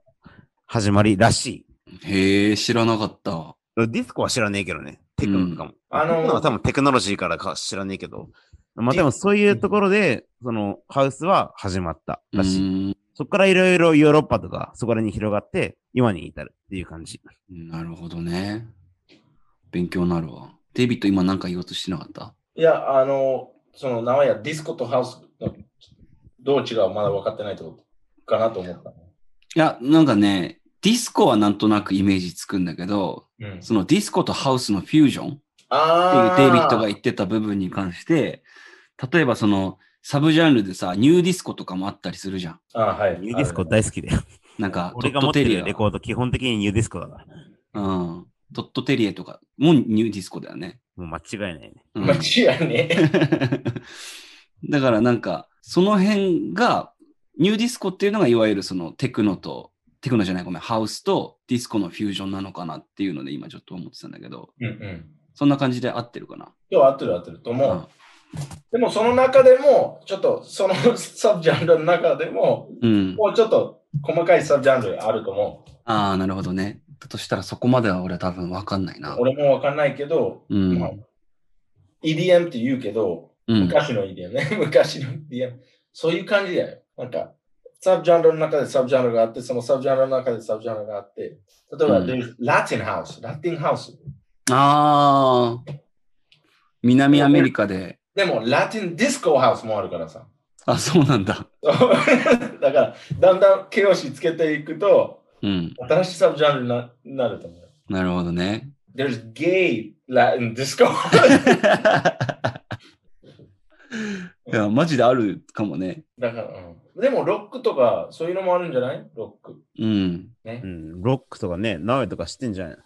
始まりらしい。へえ、知らなかったわ。ディスコは知らねえけどね。テクノとかも。あのテクノは多分テクノロジーからか知らねえけど。まあでもそういうところで、そのハウスは始まったうらしい。ーんそこからいろいろヨーロッパとか、そこらに広がって、今に至るっていう感じ。なるほどね。勉強になるわ。デイビッド、今何か言おうとしてなかったいや、あの、その、名前やディスコとハウスのどう違うまだ分かってないってことかなと思った。いや、なんかね、ディスコはなんとなくイメージつくんだけど、うん、そのディスコとハウスのフュージョンっていうあデイビッドがい言ってた部分に関して、例えばそのサブジャンルでさ、ニューディスコとかもあったりするじゃん。あーはい。ニューディスコ大好きだよ。なんか、俺がドッ持っトテてリるアレコード、基本的にニューディスコだから。うん。ドットテリエとかもニューディスコだよね。もう間違いないね。うん間違いね。 だからなんか、その辺が、ニューディスコっていうのがいわゆるそのテクノと、テクノじゃない、ごめん、ハウスとディスコのフュージョンなのかなっていうので今ちょっと思ってたんだけど、うんうん。そんな感じで合ってるかな。今日合ってる合ってると思うんう。でもその中でも、ちょっとその サブジャンルの中でも、うん。もうちょっと細かいサブジャンルあると思う。ああ、なるほどね。だとしたらそこまでは俺は多分わかんないな。俺も分かんないけど、うんまあ。EDM って言うけど、うん。昔の EDM ね。 昔の EDM。そういう感じだよ。なんか、サブジャンルの中でサブジャンルがあって、そのサブジャンルの中でサブジャンルがあって、例えば、うんでラテンハウス、ラテンハウス。ああ。南アメリカで。でも、ラテンディスコハウスもあるからさ。 あ、そうなんだ。だから、だんだん形容詞つけていくと、うん。新しいサブジャンルにななると思うよ。なるほどね。 There's gay Latin disco. いや、マジであるかもね。 だから、うん、でも、ロックとか、そういうのもあるんじゃないロック。うん。ねう。ん、ロックとかね、ナウとか知ってんじゃん。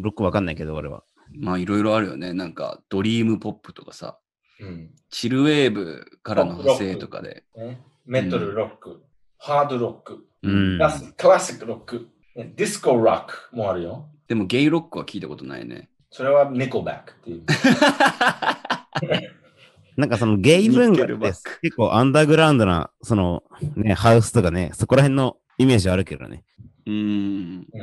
ロックわかんないけど、俺は。まあいろいろあるよね。なんかドリームポップとかさ、うんチルウェーブからの派生とかで。ね、メトルロック、ハードロック、うんクラスクラシックロック、ねディスコロックもあるよ。でもゲイロックは聞いたことないね。それはニコバックっていう。 なんかそのゲイ文ニッ化ケルバでッすク結構アンダーグラウンドな、そのね、ハウスとかね、そこら辺のイメージあるけどね。うーん。う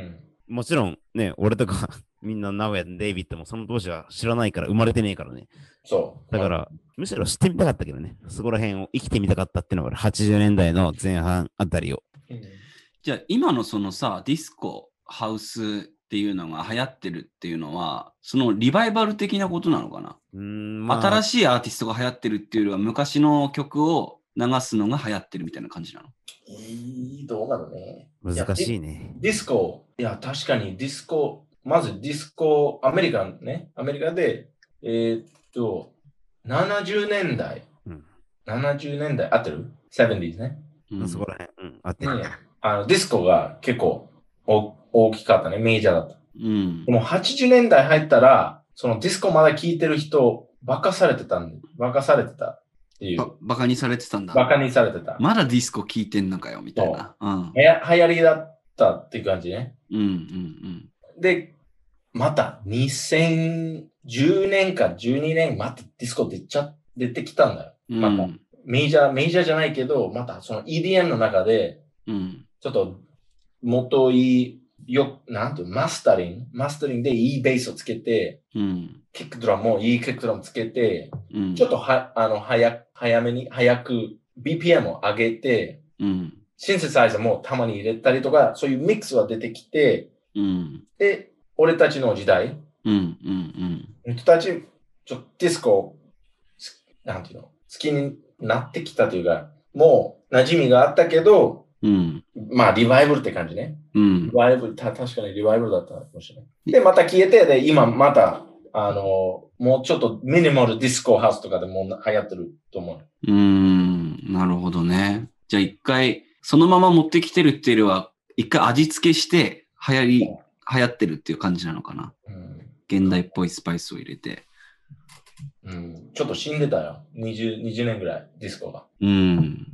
ん、もちろんね、俺とかみんな名古屋のデイビッドもその当時は知らないから、生まれてねえからね。そう。だかまあ、ら、むしろ知ってみたかったけどね、そこら辺を生きてみたかったっていうのが80年代の前半あたりを。うんじゃあ今のそのさ、ディスコ、ハウスっていうのが流行ってるっていうのは、そのリバイバル的なことなのかな、うーん、まあ、新しいアーティストが流行ってるっていうよりは昔の曲を流すのが流行ってるみたいな感じなのいい、どうなのね。難いや。しいね。ディスコ、いや、確かにディスコ、まずディスコ、アメリカね、アメリカで、えーっと、70年代、うん70年代、合ってる ?70s ね。うんそこら辺、うん、あってねる。あのディスコが結構お大きかったね、メジャーだった。うんで。も80年代入ったら、そのディスコまだ聴いてる人、バカされてたんで、バカされてたっていばう。バカにされてたんだ。バカにされてた。まだディスコ聴いてんのかよみたいな。うん。はや流行りだったっていう感じね。うんうんうん。で、また2010年か12年、またディスコ出ちゃ、出てきたんだよ。うん。まあメジャー、メジャーじゃないけど、またその EDM の中で、うん。ちょっと、元い、よ、なんていう、マスタリングマスタリングでいいベースをつけて、うん。キックドラムもいいキックドラムつけて、うん。ちょっとは、あの、早、早めに、早く BPM を上げて、うん。シンセサイザーもたまに入れたりとか、そういうミックスは出てきて、うん。で、俺たちの時代、うん。うん。俺たち、ちょっとディスコ、すなんていうの、好きになってきたというか、もう馴染みがあったけど、うん。まあ、リバイバルって感じね。うんリ。バイバル、た確かにリバイバルだったかもしれない。で、また消えて、で、今また、あの、もうちょっとミニマルディスコハウスとかでもう流行ってると思う。うーん、なるほどね。じゃあ一回、そのまま持ってきてるっていうよりは、一回味付けして、流行り、流行ってるっていう感じなのかな。うん現代っぽいスパイスを入れて。うん、ちょっと死んでたよ。20, 20年ぐらい、ディスコが。うん。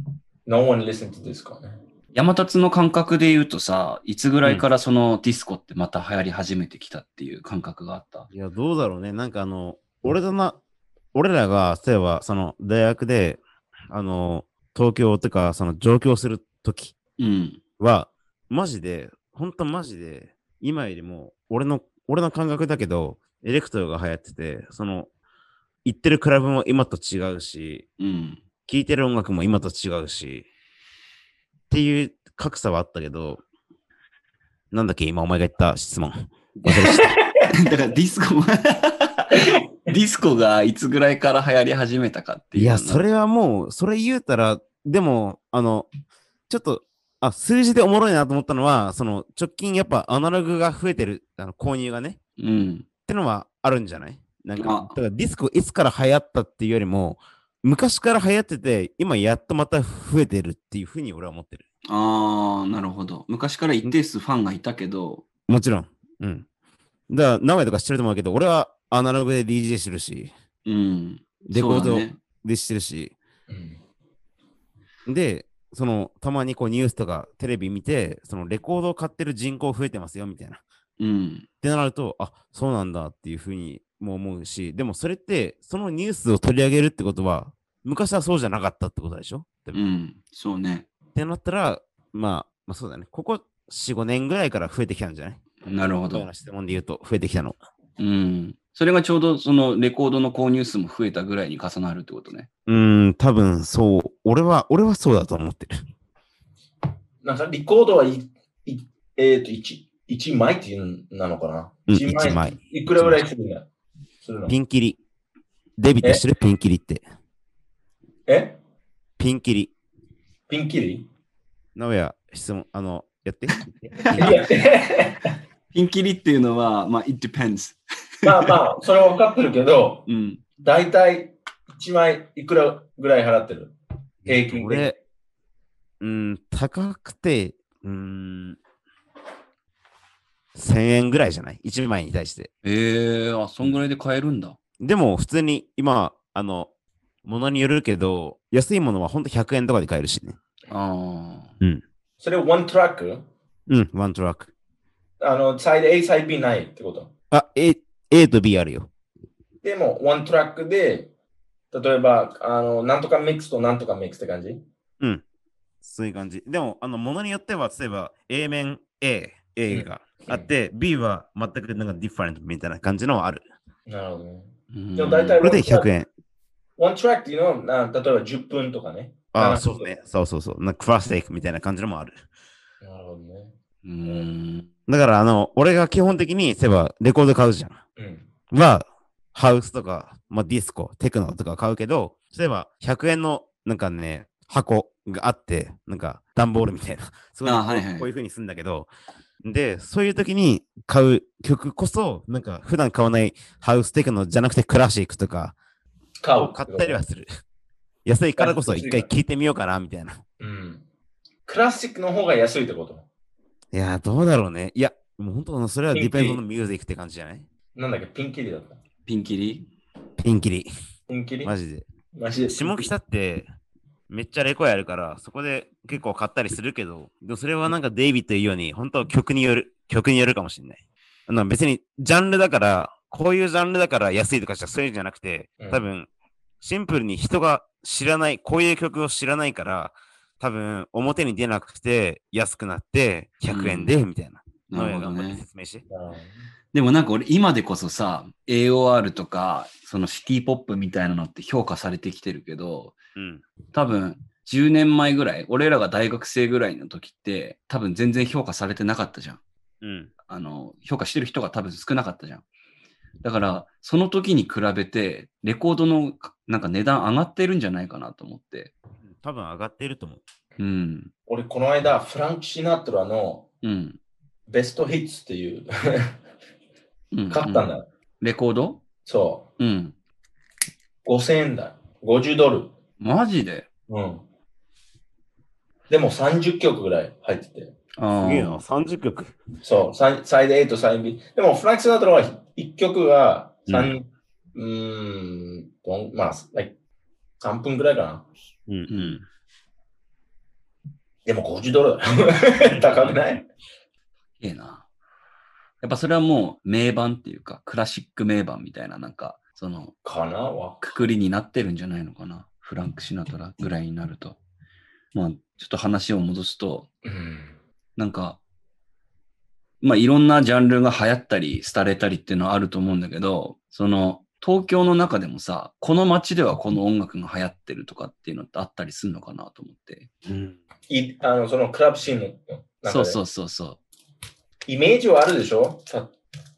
No one listened to disco ね。山立の感覚で言うとさ、いつぐらいからそのディスコってまた流行り始めてきたっていう感覚があった。いや、どうだろうね。なんかあの、俺だな、俺らが、例えば、その、大学で、あの、東京とか、その、上京するときうん。は、マジで、ほんとマジで、今よりも、俺の、俺の感覚だけど、エレクトロが流行ってて、その、行ってるクラブも今と違うし、うん。聴いてる音楽も今と違うし、っていう格差はあったけど、なんだっけ、今お前が言った質問。忘れちゃっ ただからディスコ もディスコがいつぐらいから流行り始めたかっていう。いや、そ。れはもう、それ言うたら、でも、あの、ちょっと、あ、数字でおもろいなと思ったのは、その、直近やっぱアナログが増えてる、あの購入がね、うん。ってのはあるんじゃないなんあか、だからディスコいつから流行ったっていうよりも、昔から流行ってて、今やっとまた増えてるっていうふうに俺は思ってる。ああ、なるほど。昔から一定数ファンがいたけど、もちろん。うん。だから、名古屋とか知ってると思うけど、俺はアナログで DJ してるし、うん。レコーそうドだねでしてるし、うんで、そのたまにこうニュースとかテレビ見て、そのレコードを買ってる人口増えてますよみたいな。っうん。てなると、あそうなんだっていうふうにも思うし、でもそれって、そのニュースを取り上げるってことは、昔はそうじゃなかったってことでしょ、多う分ん。そうね。ってなったら、まあ、まあそうだね。ここ4、5年ぐらいから増えてきたんじゃないなるほこのようどな。質問で言うと、増えてきたの。うん。それがちょうどそのレコードの購入数も増えたぐらいに重なるってことね。うーん、多分そう。俺は、俺はそうだと思ってる。なんか、リコードはい、いえっ、と、一一枚っていうのなのかなうん一一枚いくらぐらいするんだするのピンキリ。デビットしてるピンキリって。えピンキリ。ピンキリ名古屋、質問、あの、やって。いや、 ピンキリっていうのは、まあ、it depends。まあまあ、それは分かってるけど、うん。だいたい一枚いくらぐらい払ってる平均的に俺、うん、高くて、うん、1000円ぐらいじゃない ?1 枚に対して。ええあ、そんぐらいで買えるんだ。でも、普通に今、あの、ものによるけど、安いものはほんと100円とかで買えるしね。ああ。それワントラックうん、ワントラック。あの、サイド A、サイド B ないってことあ、A, A と B あるよ。でも、ワントラックで、例えば、あの、なんとかミックスとなんとかミックスって感じそういう感じ。でも、あの、ものによっては、例えば、A 面 A、A があって、B は全くなんかディファレントみたいな感じのはある。なるほどね。うんでも大体これで100円。ワントラックっていうのは、な例えば10分とかね。あああ、そうね。そうそうそう。なんかクラステイクみたいな感じのもある。なるほどね。うん。だから、あの、俺が基本的に、例えば、レコード買うじゃん。うん。は、ハウスとか、まあ、ディスコ、テクノとか買うけど、例えば、100円の、なんかね、箱があって、なんか、段ボールみたいな。そうあはいはいこういう風にするんだけど、で、そういう時に買う曲こそ、なんか、普段買わないハウステクノじゃなくてクラシックとか、買う。買ったりはする。 安いからこそ、一回聞いてみようかな、みたいな。うん。クラシックの方が安いってこといやー、どうだろうね。いや、もう本当、それはピデンィキペリンドのミュージックって感じじゃないなんだっけピンキリだった。ピンキリピンキリ。ピンキリマジで。マジで。下北ってめっちゃレコやるから、そこで結構買ったりするけど、でもそれはなんかデイビッド言うように、本当は曲による、曲によるかもしれない。あの別にジャンルだから、こういうジャンルだから安いとかじゃそういうんじゃなくてうん、多分、シンプルに人が知らない、こういう曲を知らないから、多分、表に出なくて、安くなって、100円で、みたいな。なるほど直哉がね。説明して。でもなんか俺今でこそさ、AOR とか、そのシティポップみたいなのって評価されてきてるけど、うん。多分10年前ぐらい、俺らが大学生ぐらいの時って、多分全然評価されてなかったじゃん。うん。あの、評価してる人が多分少なかったじゃん。だから、その時に比べて、レコードのなんか値段上がってるんじゃないかなと思って。多分上がってると思う。うん。俺、この間、フランク・シナトラのうん。ベストヒッツっていう、 うん、買ったんうだんよ。レコードそうん。う。5000円だ。50ドル。マジでうん。でも30曲ぐらい入ってて。あすげえーな、30曲。そう、サイサイド A とサイド B。でも、フランク・シナトラは1曲が3、うーん、どんまあ、like 3分ぐらいかな。うんううんん。でも50ドル だ。高くないいいな。やっぱそれはもう名盤っていうか、クラシック名盤みたいな、なんか、その、かなわくくりになってるんじゃないのかな。フランク・シナトラぐらいになると。まあ、ちょっと話を戻すと、うん。なんか、まあいろんなジャンルが流行ったり、廃れたりっていうのはあると思うんだけど、その、東京の中でもさ、この街ではこの音楽が流行ってるとかっていうのってあったりするのかなと思って。うん。いあのそのクラブシーンその中うでそうそうそイメージはあるでしょさ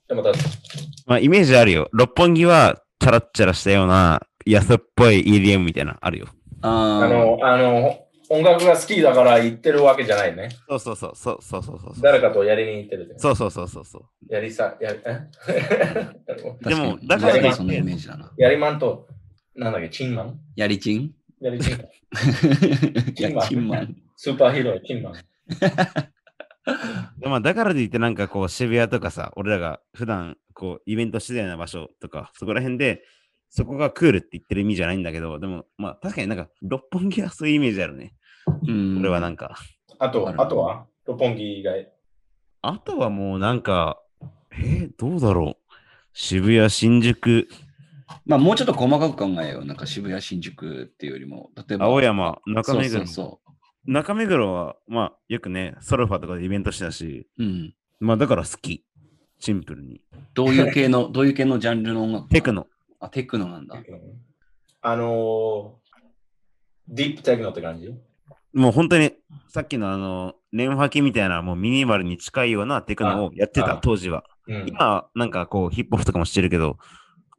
でもだまあ、イメージあるよ。六本木は、チャラッチャラしたような、安っぽい EDM みたいな、あるよ。う。あーあのあの音楽が好きだから言ってるわけじゃないね。そうそうそう、そうそうそうそう。誰かとやりに行ってるってそうそうそうそうそう。やりさ、やり、え 確かにでもだから確にそのイメージだな。やりまんと、なんだっけ、チンマンやりちんやりチンマン。やりちんマン。 スーパーヒーロー、チンマン。でまあ、だからといって、なんかこう、渋谷とかさ、俺らが普段こう、イベントしてたような場所とか、そこら辺で、そこがクールって言ってる意味じゃないんだけど、でも、まあ、確かになんか、六本木はそういうイメージあるね。うん俺はなんか。ああと、るあとは六本木以外。あとはもうなんか、えー、どうだろう。渋谷、新宿、まあもうちょっと細かく考えよう。なんか渋谷、新宿っていうよりも、例えば。青山、中そ目う黒。そうそ中目黒は、まあ、よくね、ソルファーとかでイベントしてたし、う。うん。まあ、だから好き。シンプルに。どういう系の、どういう系のジャンルの音楽テクノ。あ、テクノなんだ。あのー、ディープテクノって感じもう本当に、さっきのあの、年波機みたいな、もうミニマルに近いようなテクノをやってあた、あ当時は。うん。今、なんかこう、ヒップホップとかもしてるけど、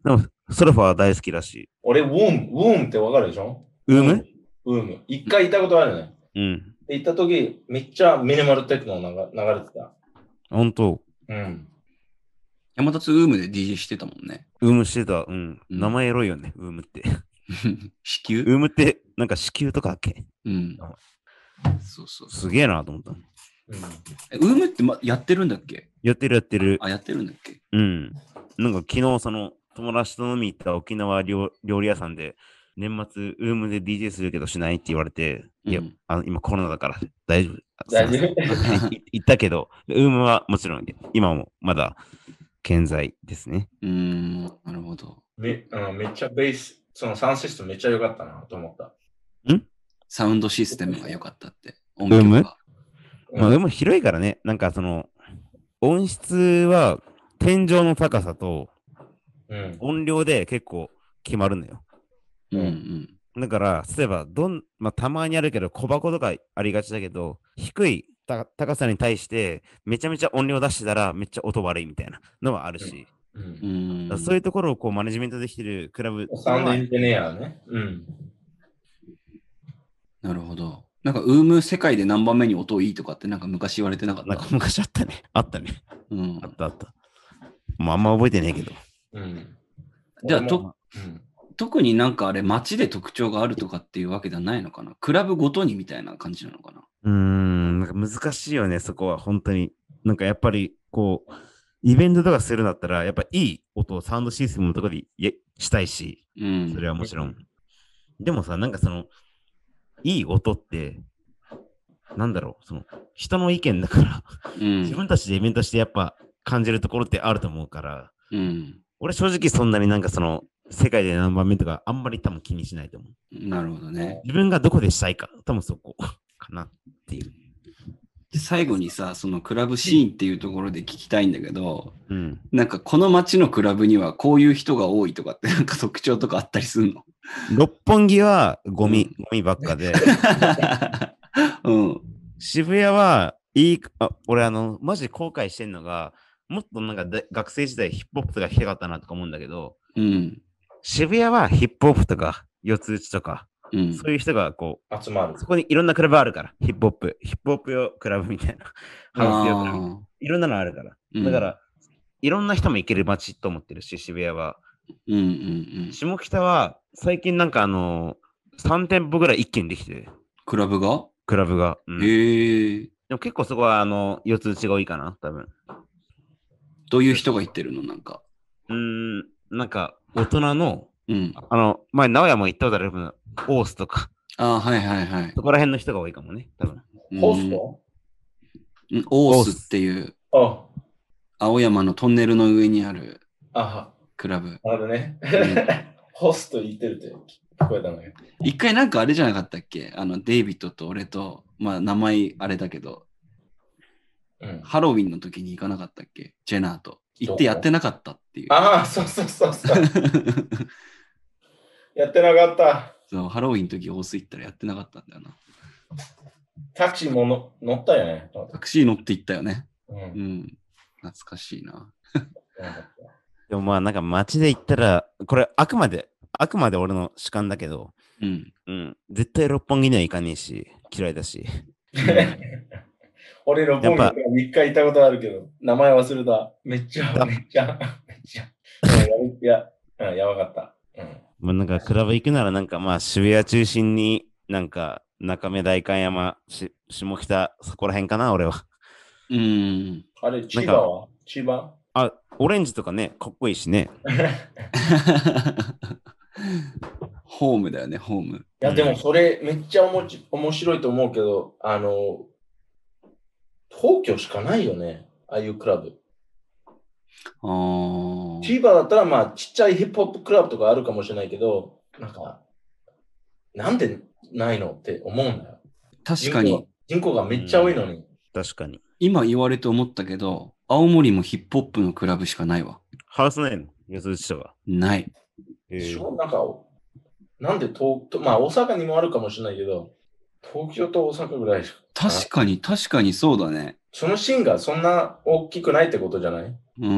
でも、ソルファーは大好きだし、俺、ウォーム、ウォームってわかるでしょウームウーム。一回行ったことあるね。うん。で行った時、めっちゃミニマルテクノ流流れてた。本当うん。山立ウームで DJ してたもんね。 ウームしてた。うん。うん名前エロいよね、ウームって。子宮ウームって、なんか子宮とかだっけうん。そうそうそすげえなと思った。うん、う。えウームって、ま、やってるんだっけやってるやってる。あ、やってるんだっけうん。なんか昨日、その、友達と飲み行った沖縄料料理屋さんで、年末、ウームで DJ するけどしないって言われて、いやうん、あの今コロナだから大丈夫。大丈すいません夫い 言ったけど、ウームはもちろん、今もまだ健在ですね。うーん、なるほど。めうんめっちゃベース、そのサウンドシステムめっちゃ良かったなと思った。サウンドシステムが良かったって。音ム楽が。うんまあ、ウーム広いからね、なんかその、音質は天井の高さとうん。音量で結構決まるのよ。うんうん。だから、例えば、どん、まあ、たまにあるけど、小箱とかありがちだけど、低いた高さに対して、めちゃめちゃ音量出してたら、めっちゃ音悪いみたいなのはあるし、ううんーんだからそういうところをこうマネジメントできてるクラブっていうサウンのドはエンジニアね。うん。なるほど。なんか、ウーム世界で何番目に音いいとかってなんか昔言われてなかっなんかた。昔あったね。あったね。うんあ、ったあった。もうあんま覚えてねえけど。うん。じゃあ俺もと、うん、特になんかあれ、街で特徴があるとかっていうわけではないのかな。クラブごとにみたいな感じなのかな。うーん、なんか難しいよね、そこは、本当に。なんかやっぱり、こう、イベントとかするんだったら、やっぱいい音をサウンドシステムのところでやしたいし、うん。それはもちろん。でもさ、なんかその、いい音って、なんだろう、その、人の意見だから、うん自分たちでイベントしてやっぱ感じるところってあると思うから、うん。俺正直そんなになんかその、世界で何番目とかあんまり多分気にしないと思う。なるほどね。自分がどこでしたいか、多分そこ かなっていう。で、最後にさ、そのクラブシーンっていうところで聞きたいんだけど、うん。なんかこの街のクラブにはこういう人が多いとかってなんか特徴とかあったりすんの 六本木はゴミ、ゴミばっかで、うん。渋谷はいいか、あ俺あの、マジ後悔してんのが、もっとなんかで学生時代ヒップホップとか弾きたかったなとか思うんだけど、うん。渋谷はヒップホップとか、四つ打ちとか、うん。そういう人がこ集まるう、。そこにいろんなクラブあるから、ヒップホップ、ヒップホップ用クラブみたいな、ハウス用クラブ、あいろんなのあるから。ーだから、、いろんな人も行ける街と思ってるし、渋谷は。うんうんうん。下北は、最近なんかあのー、3店舗ぐらい一軒できて、クラブが、クラブが。うんへえ。でも結構そこは、あの、四つ打ちが多いかな、多分。どういう人が行ってるのなんか。うーん、なんか、大人の、うん。あの、前、直屋も行ったことあるけど、オースとか、あーはいはいはい。そこら辺の人が多いかもね、多分。ホストうんうんオースっていうあ、青山のトンネルの上にあるあ、クラ ブ。なるほどね ん。ホスト言ってるって聞こえたのよ。一回なんかあれじゃなかったっけあの、デイビッドと俺と、まあ名前あれだけど、うん、ハロウィンの時に行かなかったっけジェナーと。行ってやってなかったっていう。ああ、そうそうそう そう。やってなかった。 そうハロウィンの時大須行ったらやってなかったんだよな。タクシーもの乗ったよね。タクシー乗って行ったよね。うんう。ん。懐かしいな。でもまあ、なんか街で行ったら、これ、あくまで、あくまで俺の主観だけど、うん。うん、絶対六本木には行かねえし、嫌いだし。 俺、六本木から3日いたことあるけど、名前忘れた。めっちゃ、だめっちゃ、めっちゃ。うんやるいや、うんやばかった。うんまあ、なんか、クラブ行くなら、なんかまあ、渋谷中心に、なんか、中目代官山、し下北、そこら辺かな、俺は。うん。 あれ、千葉は千葉あ、オレンジとかね、かっこいいしね。ホームだよね、ホーム。いや、うんでもそれめっちゃおもち面白いと思うけど、あの、東京しかないよね、ああいうクラブ。あー千葉だったら、まあ、ちっちゃいヒップホップクラブとかあるかもしれないけど、なんか、なんでないのって思うんだよ。確かに、人口。人口がめっちゃ多いのに。確かに。今言われて思ったけど、青森もヒップホップのクラブしかないわ。ハウス内の四つ打ちとか。ない。えでしょなんか、なんで東京、まあ、大阪にもあるかもしれないけど、東京と大阪ぐらいしか。確かに、確かにそうだね。そのシーンがそんな大きくないってことじゃないいう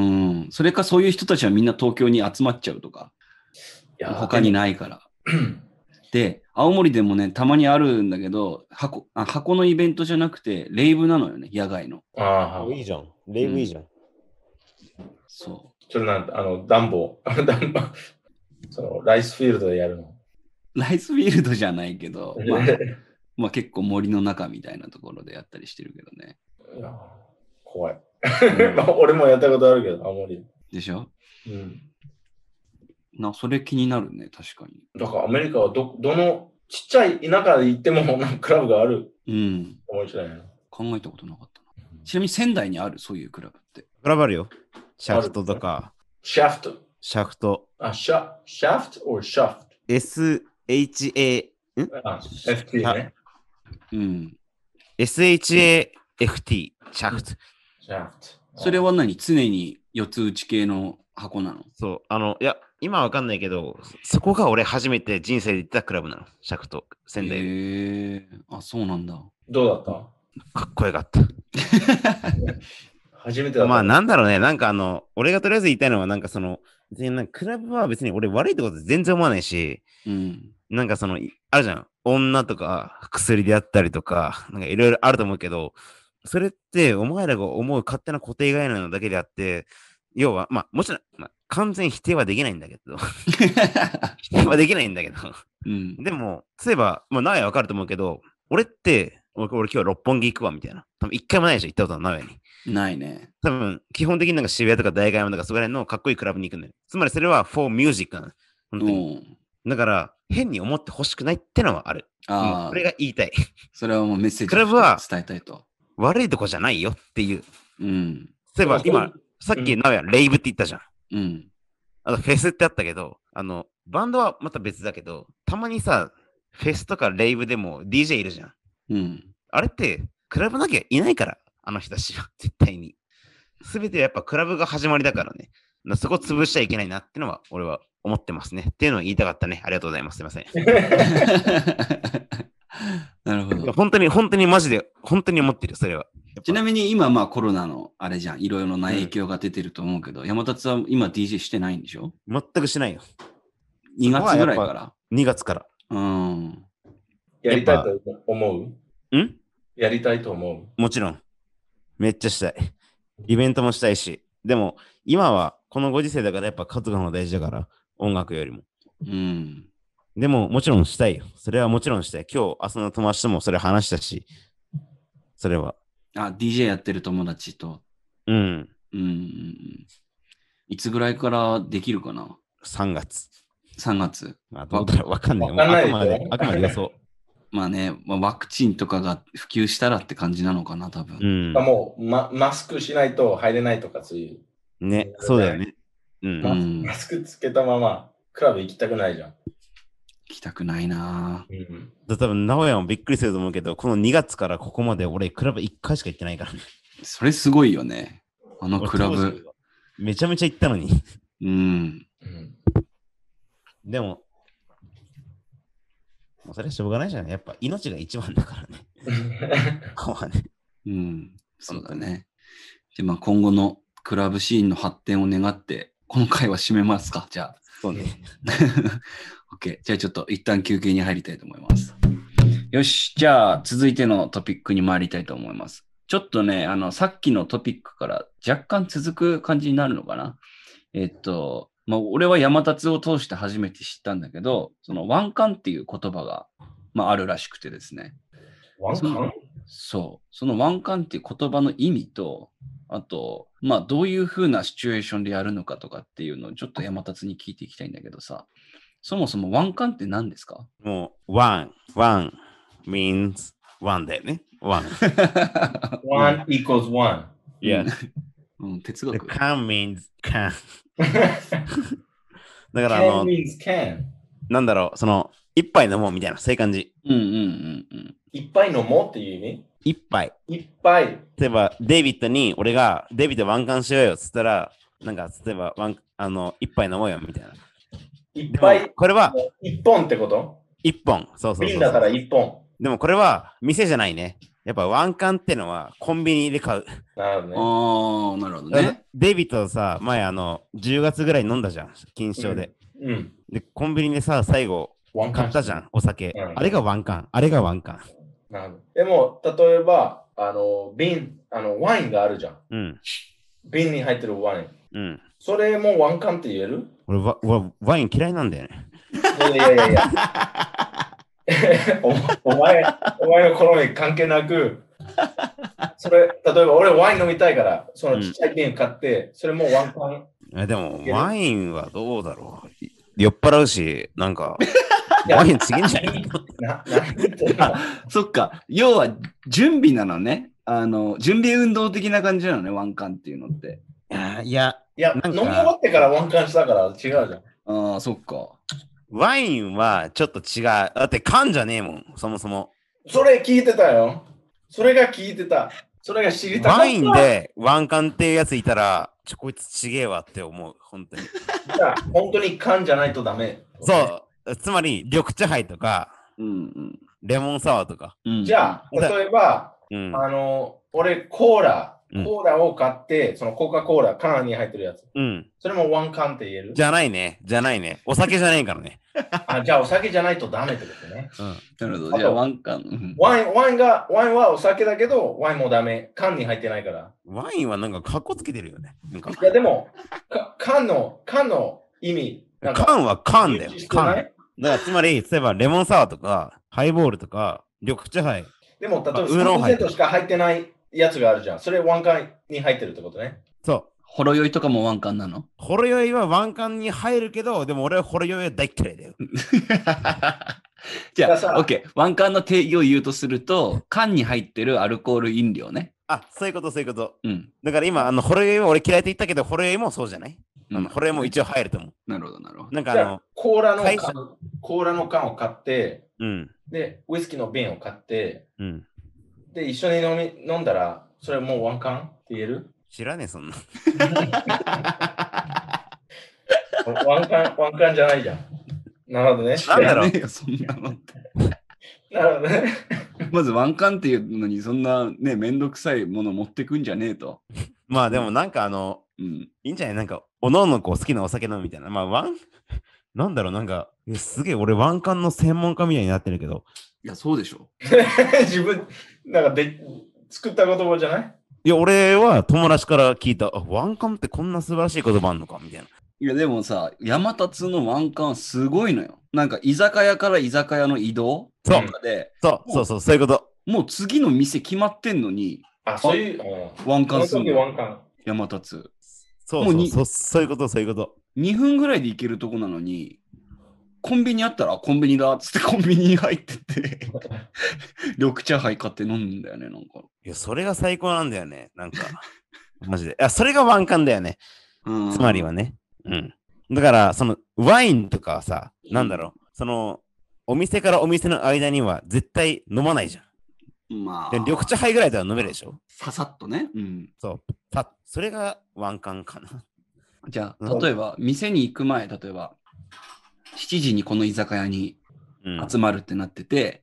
ん。それかそういう人たちはみんな東京に集まっちゃうとか、や他にい。ないから。で、青森でもね、たまにあるんだけど、箱あ箱のイベントじゃなくて、レイブなのよね、野外の。ああ、いいじゃん。レイブいいじゃん。そそれなんて、あの、暖房。 暖房。その、ライスフィールドでやるの。う。ライスフィールドじゃないけ ど、まあ、いまあ結構森の中みたいなところでやったりしてるけどね。や怖い。 うんまあ俺もやったことあるけど、あんまり。でしょうん。な、それ気になるね、確かに。だからアメリカはど、どの、ちっちゃい田舎で行っても、なんかクラブがあるうん。かもしれないな。考えたことなかったな。ちなみに仙台にある、そういうクラブって。クラブあるよ。シャフトとか、シャフト。シャフト、あ、シャ、シャフト or シャフ SHA、んト。あ、FT ね。うん。 ?SHAFT、シャフト。シャフト。それは何常に四つ打ち系の箱なのそう、あの、いや、今わかんないけど、そそこが俺初めて人生で行ったクラブなの。シャフト、仙台で。へえあ、そうなんだ。どうだっかっこよかった。た初めてだった。まあ、なんだろうね、なんかあの、俺がとりあえず言いたいのは、なんかその、別になんかクラブは別に俺悪いってこと全然思わないし、 うん。なんかその、いあるじゃん。女とか薬であったりとか、なんかいろいろあると思うけど、それってお前らが思う勝手な固定概念なだけであって、要は、まあもちろん、まあ、完全否定はできないんだけど、否定はできないんだけど、うん。でも、そういえば、まあ、名古屋わかると思うけど、俺って、俺俺今日六本木行くわ、みたいな。多分一回もないでしょ、行ったことは名古屋に。ないね。多分、基本的になんか渋谷とか大学山とかそこら辺のかっこいいクラブに行くんだよ。つまりそれは for music なの。う本当に。ん。だから、変に思ってほしくないってのはある。ああこ、れが言いたい。それはもうメッセージクラブは伝えたいと。悪いとこじゃないよっていう。うん。例えばそう今、さっき、なおや、レイブって言ったじゃん。うん。あと、フェスってあったけど、あの、バンドはまた別だけど、たまにさ、フェスとかレイブでも DJ いるじゃん。うん。 あれって、クラブなきゃいないから、あの人たちは、 絶対に。すべてはやっぱクラブが始まりだからね。なそこ潰しちゃいけないなってのは、俺は思ってますね。っていうのを言いたかったね。ありがとうございます。すいません。なるほど。本当に、本当にマジで、本当に思ってる、それは。ちなみに今、まあコロナのあれじゃん、いろいろな影響が出てると思うけど、山達は今 DJ してないんでしょ全くしないよ。 ?2 そこは月やぐっぱらいから。 2月かうん。やりたいと思うら。んやりたいと思もちろん。めっちゃしたい。イベントもしたいし。でも、今はこのご時世だからやっぱ活動の方が大事だから、音楽よりも。うん。でも、もちろんしたいよ。それはもちろんしたい。今日、朝の友達ともそれ話したし、それは。あ、DJ やってる友達と。うん。うんうんうん。いつぐらいからできるかな3月。 ?3 月。あどうだろうわかんない。わかんないもうあくまですでよ、あくまで予想。まあね、まあ、ワクチンとかが普及したらって感じなのかな、多う分。んう。。もう、ま、マスクしないと入れないとかそういう。ね、そうだよね。う。うんん。マ行スクつけたまま、クラブ行きたくないじゃん。きたくないなぁうん、多分、名古屋もびっくりすると思うけど、この2月からここまで俺、クラブ1回しか行ってないからね。それすごいよね。あのクラ俺当時ブ。めちゃめちゃ行ったのに。うん。 うんでも、もうそれはしょうがないじゃない。やっぱ命が一番だからね。ここはねうん。そうだね。で、まあ今後のクラブシーンの発展を願って、この回は締めます か、じゃあ。そうね。 OK。じゃあちょっと一旦休憩に入りたいと思います。よし。じゃあ続いてのトピックに参りたいと思います。ちょっとね、あの、さっきのトピックから若干続く感じになるのかな。えっと、まあ、俺は山立を通して初めて知ったんだけど、その湾岸っていう言葉が、まあ、あるらしくてですね。ワンカンそう。その湾岸っていう言葉の意味と、あと、まあ、どういうふうなシチュエーションでやるのかとかっていうのをちょっと山立に聞いていきたいんだけどさ、そもそも湾岸って何ですかもう、one, one means one だよね。one. ワン equals ワン。 Yeah. うん、哲 The 学。 can means can. だかだか、らあの can、means can. なんだろう、その、一杯飲もうみたいな、そういう感じ。うんうんうんうん。いっぱい飲もうっていう意一杯。味いっぱい。例えば、デイビッドに、俺が、デイビッドワンカンしようよっつったら、なんか、例えば、ワンあの、一杯飲もうよみたいな。いっでもぱい。これは、一本ってこと一本。そうそうそうそう。瓶だから一本。でもこれは店じゃないね。やっぱワンカンってのはコンビニで買う。なるほどね。ああ、なるほどね。デイビッドさ、前あの、10月ぐらい飲んだじゃん、金賞で。うん。で、コンビニでさ、最後、ワンカ買ンったじゃん、お酒。うんあれがワンカン、あれがワンカン。なるほどでも、例えば、あの、瓶、あの、ワインがあるじゃん。うん、瓶に入ってるワイン。うん。それもワンカンって言える俺ワ、ワワイン嫌いなんだよね。いやいやいや。おお前、お前の好み関係なく、それ、例えば俺ワイン飲みたいから、そのちっちゃい瓶買って、それもワンカン。えでもい、けるワインはどうだろう。い酔っ払うし、なん か、いやワイン次んじゃないな、なんて言うのそっか。要は、準備なのね。あの、準備運動的な感じなのね、湾岸っていうのって。あーいや、いやな飲ん、かみ終わってからワンカンしたから違うじゃん。ああ、そっか。ワインはちょっと違う。だって缶じゃねえもん、そもそも。それ聞いてたよ。それが聞いてた。それが知りたかった。ワインでワンカンっていうやついたら、ちょ、こいつちげえわって思う、本 当に。じゃあ本当に缶じゃないとダメ。そう、つまり緑茶杯とか、うんレモンサワーとか。うん。うん、じゃあ、だ例えば、うん。あの、俺、コーラうん、コーラを買って、そのコカ・コーラ、缶に入ってるやつ。うん。それもワン缶って言えるじゃないね、じゃないね。お酒じゃないからね。あじゃあ、お酒じゃないとダメってことね。うん。なるほど。じゃあ、湾岸。うんワイン、ワインが、ワインはお酒だけど、ワインもダメ。缶に入ってないから。ワインはなんかかっこつけてるよね。なんかいや、でも、か缶の、缶の意味、なんか、缶は缶だよ誘致し。て缶。なだかいらつまり、例えばレモンサワーとか、ハイボールとか、緑茶杯。でも、例えば、ウーロン入って3%しか入ってないやつがあるじゃん。それ、ワン缶に入ってるってことね。そう。ほろ酔いとかも湾岸なのほろ酔いはワンカンに入るけど、でも俺はほろ酔いは大嫌いだよ。 じだからゃさあ、OK。湾岸の定義を言うとすると、缶に入ってるアルコール飲料ね。あ、そういうこと、そういうこと。うん。だから今、あの、ホロ酔いは俺嫌いって言ったけど、ホロ酔いもそうじゃない、うんあのホロ酔いも一応入ると思なるほど、なるほう。ど。なんかじあゃのあ、、コーラの会社缶、コーラの缶を買って、うん、で、ウイスキーの瓶を買って、うん。で、一緒に飲み飲んだら、それもうワン缶って言える知らねえ、そんな。 ワン缶、ワン缶じゃないじゃん。なるほどね。なんだろういやねえよそんなのって。なるほどね。 まず、ワンカンっていうのに、そんなね、めんどくさいもの持ってくんじゃねえと。まあでもなんかあの、うん。いいんじゃないなんか、おのおのこう好きなお酒飲むみたいな。まあ、ワン、 なんだろう、なんか、いやすげえ俺、ワンカンの専門家みたいになってるけど、いや、そうでしょ。自分、なんかで、作った言葉じゃないいや、俺は友達から聞いた、あワンカンってこんな素晴らしい言葉あんのかみたいな。いや、でもさ、山立のワンカンすごいのよ。なんか、居酒屋から居酒屋の移動そう、うんとかで、そう、そうそう、そういうこと。もう次の店決まってんのに、あ、そういう。うんワンそカンのする時のワよン缶。山立そうもうそうにそう、そういうこと、そういうこと。 2分ぐらいで行けるとこなのに、コンビニあったらあコンビニだっつってコンビニに入ってって、 緑茶杯買って飲むんだよね、なんか。いや、それが最高なんだよね。なんか、 マジで。いや、それがワンカンだよね。うんつまりはね。うん。だから、その、ワインとかはさ、なんだろう、その、お店からお店の間には絶対飲まないじゃん。まあ、で緑茶杯ぐらいでは飲めるでしょささっとね。うん、そう。たそれがワンカンかな。じゃうあ、ん例えば、店に行く前、例えば、7時にこの居酒屋にうん。集まるってなってて、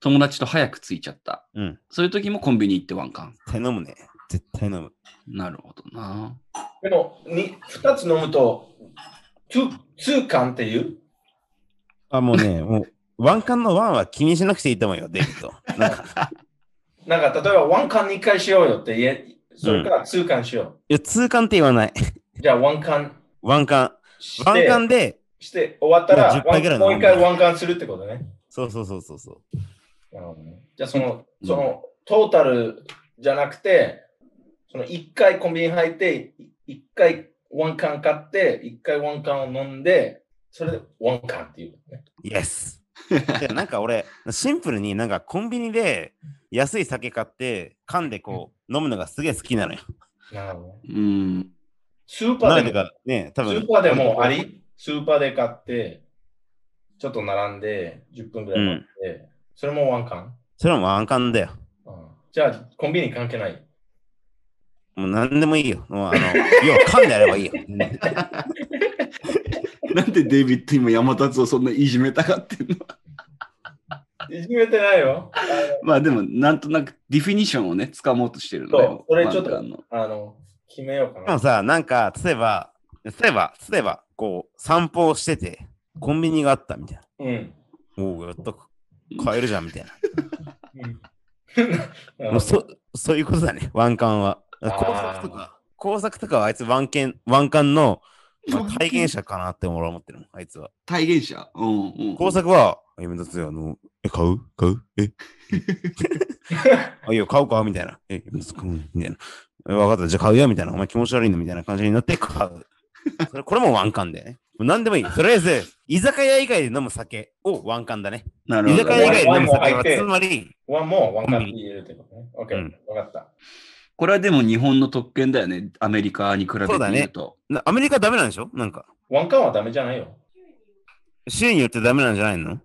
友達と早く着いちゃった。うん。そういう時もコンビニ行ってワンカン。絶対飲むね。絶対飲む。なるほどな。でも、に2つ飲むと、2缶っていうあ、も うね、もう、ワンカンのワンは気にしなくていいと思うよ、デイビッド。なんか、なんか、例えばワン缶2回しようよって言え、それから2缶しよいや、通感って言わない。う。じゃあ、ワン缶ワンカン。して、ワンカンで、して終わったらまあ10杯ぐらワいンもう飲一んだ回ワン缶するってことね。そうそうそうそうそう。なるほどねじゃあその、うんそのトータルじゃなくて、その1回コンビニ入って、1回ワン缶買って、1回ワン缶を飲んで、それでワン缶っていう、ね。イエスなんか俺、シンプルになんかコンビニで安い酒買って、噛んでこう、飲むのがすげえ好きなのよ。なるほどね。うん。スーパなーんででも、かね、多ス分ーパーでもあり、スーパーで買って、ちょっと並んで、10分ぐらい待って、それもワン缶、それはもうワンカンだよ。うんじゃあコンビニ関係ない。もう何でもいいよ。もうあの、 要は噛んでやればいいよ。なんでデイビッド今山立をそんないじめたがってんのいじめてないよ。まあでも、なんとなくディフィニッションをね、掴もうとしてるのそうそれちょっとワンカンのあの、決めようかでもな。さ、なんか、例えば、例えば、例えば、こう、散歩をしてて、コンビニがあったみたいうん。な。おお、やっと買えるじゃんみたいうん な。もうそ、そういうことだね、ワンカンは。工あー作とか、工作とかはあいつワンケン、ワンカンの、まあ、体現者かなって俺は思ってるもん、あいつは。体現者。うんうん。工作は、え、めんどくせえあの、え、買う買うえあ、いいよ、買うかみたいな。え、めんどくせえうんみたいな。え、わかった、じゃあ買うよ、みたいな。お前気持ち悪いのみたいな感じになって買う。それこれもワンカンだよね。もう何でもいい。とりあえず、居酒屋以外で飲む酒をワンカンだね。なる居ほ酒ど屋以外で飲むワン酒も入は、ってつまり、ワンもワンカップ入れるってことね。オッケうーん、わかった。これはでも日本の特権だよね、アメリカに比べてそうだみねると。なアメリカダメなんでしょなんか、ワンカンはダメじゃないよ。州によってダメなんじゃないの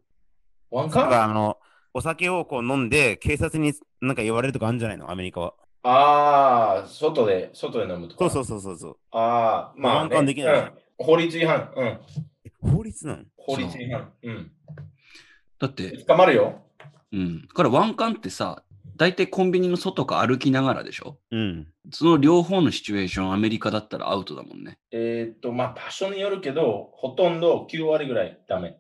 ワンカだから、ンあの、お酒をこう飲んで、警察になんか言われるとかあるんじゃないのアメリカは。ああ、外で、外で飲むとそか。うそうそうそうそう。ああ、まあ、ね。ワンカンできないうん法律違反。うん。え法律なの法律違反。うん。だって、捕まるよ。うん。これワンカンってさ、大体コンビニの外か歩きながらでしょうん。その両方のシチュエーション、アメリカだったらアウトだもんね。えーっと、まあ、場所によるけど、ほとんど9割ぐらいダメ。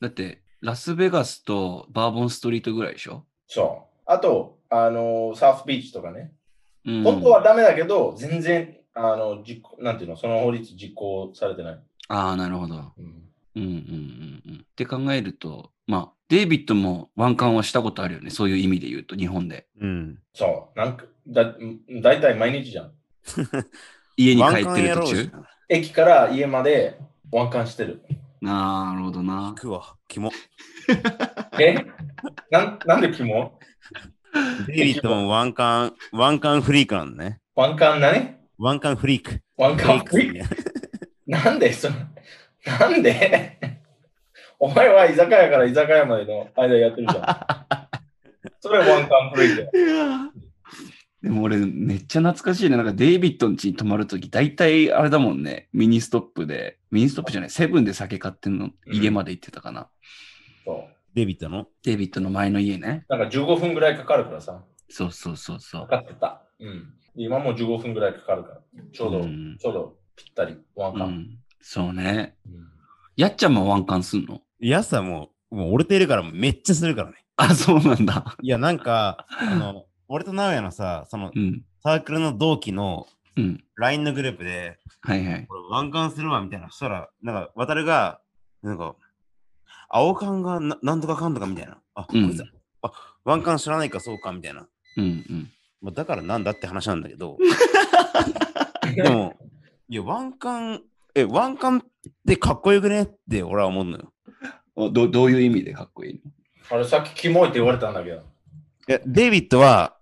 だって、ラスベガスとバーボンストリートぐらいでしょそう。あと、あの、サーフビーチとかね。うん。本当はダメだけど、全然、あの、実行、なんていうの、その法律実行されてない。ああ、なるほど。うんうんうんうんうん。って考えると、まあ、デイビッドもワンカンはしたことあるよね。そういう意味で言うと、日本で。うん。そう。なんか、だ、んだいたい毎日じゃん。家にワ帰ンっカてンるやろ途う中。駅から家までワンカンしてる。ああ、なるほどな行。くわ、キモ。えなんなんでキモデイビッドもワンカン、ワンカンフリークなんだね。ワンカン何ワンカンフリーク。ワンカンフフリリーーククなんでそのなんでお前は居酒屋から居酒屋までの間やってるじゃん。それワンカンフリークだよ。いやでも俺めっちゃ懐かしいね。なんかデイビッドの家に泊まるとき、大体あれだもんね。ミニストップで、ミニストップじゃない、セブンで酒買ってんの、家まで行ってたかな。そうデイビッドのデイビッドの前の家ね。なんか15分ぐらいかかるからさ。そうそうそうそうか。かってた。うん。今もう15分ぐらいかかるから。ちょうど、うんちょうどぴったり。ワンうカン。ん、そうね。うんやっちゃんもワンカンすんのやさもう、もう折れてるからめっちゃするからね。あ、そうなんだ。いや、なんか、あの、俺と直哉のさ、そのうん。サークルの同期のうん。 LINE のグループで、はいはい。これワンカンするわみたいな。そしたら、なんか、渡るが、なんか、青缶がななんとかかんとかみたいな。あ、うんこいつあワンカン知らないかそうかみたいな。うんうん。まあ、だからなんだって話なんだ けど。でも、いや、ワンカン、え、ワンカンってかっこよくねって俺は思うのよ。おどどういう意味でかっこいいあれさっきキモいって言われたんだけど。いや、デイビッドは、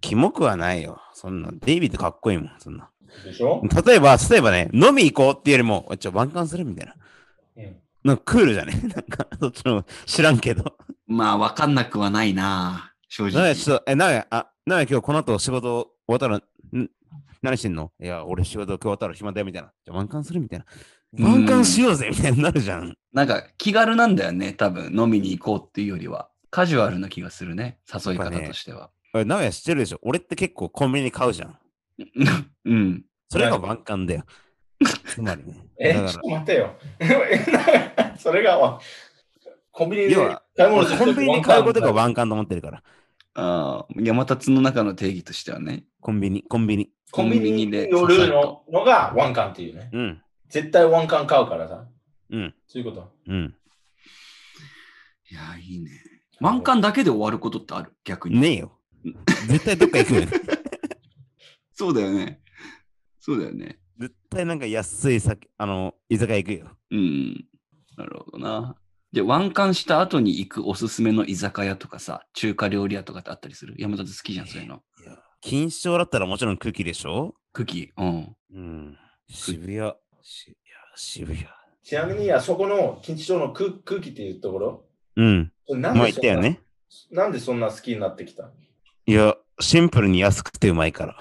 キモくはないよ。そんな、デイビッドかっこいいもん、そんな。でしょ、例えば、例えばね、飲み行こうっていうよりも、ちょ、ワンカンするみたいな。うん、なんかクールじゃね なんか、そっちの、知らんけど。のまあ、わかんなくはないな。正な直や、。ちょっと、え、なや、あ、なや、今日この後仕事終わったら、ん何してんのいや、俺仕事今日終わったら暇だよ、みたいな。じゃあ、ワンカンするみたいな。うんワンカンしようぜ、みたいになるじゃん。なんか気軽なんだよね。多分飲みに行こうっていうよりは。カジュアルな気がするね。誘い方としては。え、なや、知ってるでしょ俺って結構コンビニ買うじゃん。うん。それがワンカンだよ。つまりね。え、だちょかっと待ってよ。 えそれがわコンビニで要は買い物すら、るコンビニに買うことがワンワンカンと思ってるから。ああ、山達の中の定義としてはね。コンビニ、コンビニ。カンコンビニで寄るののがワンカンっていうね。うん、絶対ワンカン買うからさ。うん、そういうこと。うん。いや、いいね。ワンカンだけで終わることってある逆に。ねえよ。絶対どっか行くよね。そうだよね。そうだよね。絶対なんか安い酒、あの、居酒屋行くよ。うん。なるほどな。で、ワンカンした後に行くおすすめの居酒屋とかさ、中華料理屋とかってあったりする山里好きじゃん、そういうの。金賞だったらもちろん空気でしょクキー。うん。うん。渋谷。渋谷。渋谷。ちなみに、あそこの錦糸町の空空気っていうところ、うん。なまあんで言っそたよんな、ね。なんでそんな好きになってきたいや、シンプルに安くてうまいから。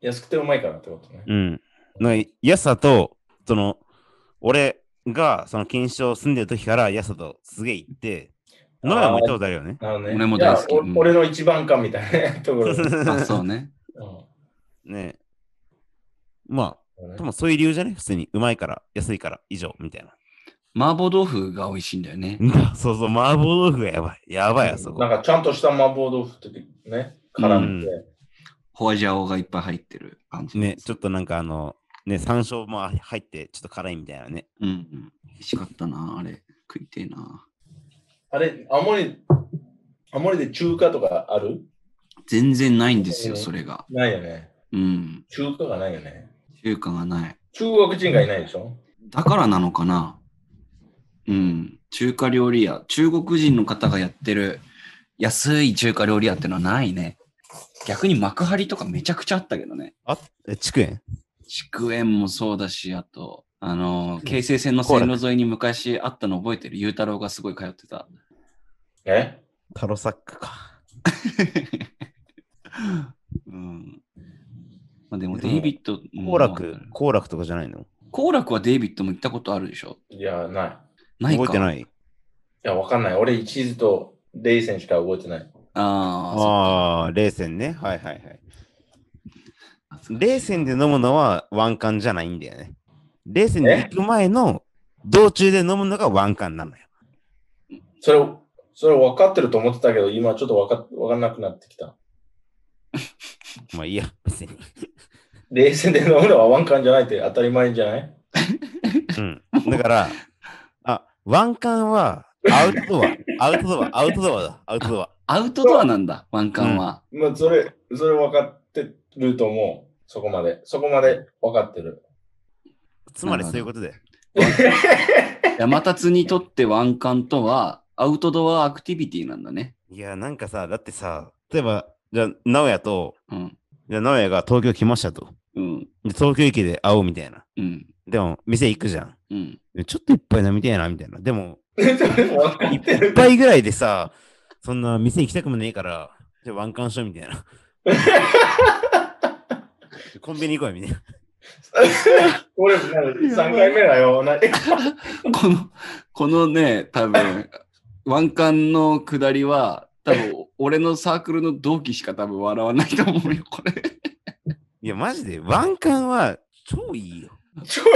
安くてうまいからってことね。うん。なんか安さと、その、俺がその金賞住んでる時から安さとすげえ行って、あーのやも行ったことあるよね。なるほどね俺も大好きじゃあおうん俺の一番感みたいなとこ ろ。うんあ、そうね。ねえ。まあ、でもそういう理由じゃね普通に。うまいから、安いから、以上、みたいな。 麻婆豆腐が美味しいんだよね。うんそうそう、麻婆豆腐がやばい。やばいあそこなん。かちゃんとした麻婆豆腐ってね、絡んで、ホワジャオがいっぱい入ってる感じ。ね、ちょっとなんかあの、ね、山椒も入って、ちょっと辛いみたいなね。うんうん。美味しかったな、あれ。食いてえな。あれ、青森、青森で中華とかある全然ないんですよ、えーそれが。ないよね。うん。中華がないよね。中華がない。中国人がいないでしょだからなのかなうん。中華料理屋。中国人の方がやってる安い中華料理屋ってのはないね。逆に幕張とかめちゃくちゃあったけどね。あえ、竹園筑園もそうだし、あと、あのー、京成線の線路沿いに昔あったの覚えてる雄太郎がすごい通ってた。えタロサックか。うん。まあでも、でデもイビッドも行楽、行楽とかじゃないの行楽はデイビッドも行ったことあるでしょいや、ない。いないか覚えてない。や、わかんない。俺、一途とレイセンしか覚えてない。あああ、冷戦ね。はいはいはい。あ、そう冷戦で飲むのはワンカンじゃないんだよね。冷戦に行く前の道中で飲むのがワンカンなのよ。それ、それ分かってると思ってたけど、今ちょっと分か分かんなくなってきた。まあいいや、別 に。冷戦で飲むのはワンカンじゃないって当たり前じゃないうん。だから、あ、ワンカンはアウトドア、アウトドア、アウトドアだ、アウトドア。アウトドアなんだ、ワンカンは。まあ、それ、それ分かってると思う。そこまで。そこまで分かって る。つまりそういうことで。山立にとってワンカンとはアウトドアアクティビティなんだね。いや、なんかさ、だってさ、例えば、じゃあ、直哉と、うん。じゃあ、直哉が東京来ましたと。うん。で東京駅で会おうみたいな。うん。でも、店行くじゃん。うん。でちょっと一杯飲みたいな、みたいな。でも、でも分かって一る。杯ぐらいでさ、そんな店行きたくもねえから、じゃあ、ワンカンしようみた いな。コンビニ行こうよみたいな。 俺、3回目だよ。同じこの、このね、多分、ワンカンの下りは、多分、俺のサークルの同期しか多分笑わないと思うよ、これ。いや、マジで、ワンカンは超いいよ。ちょい。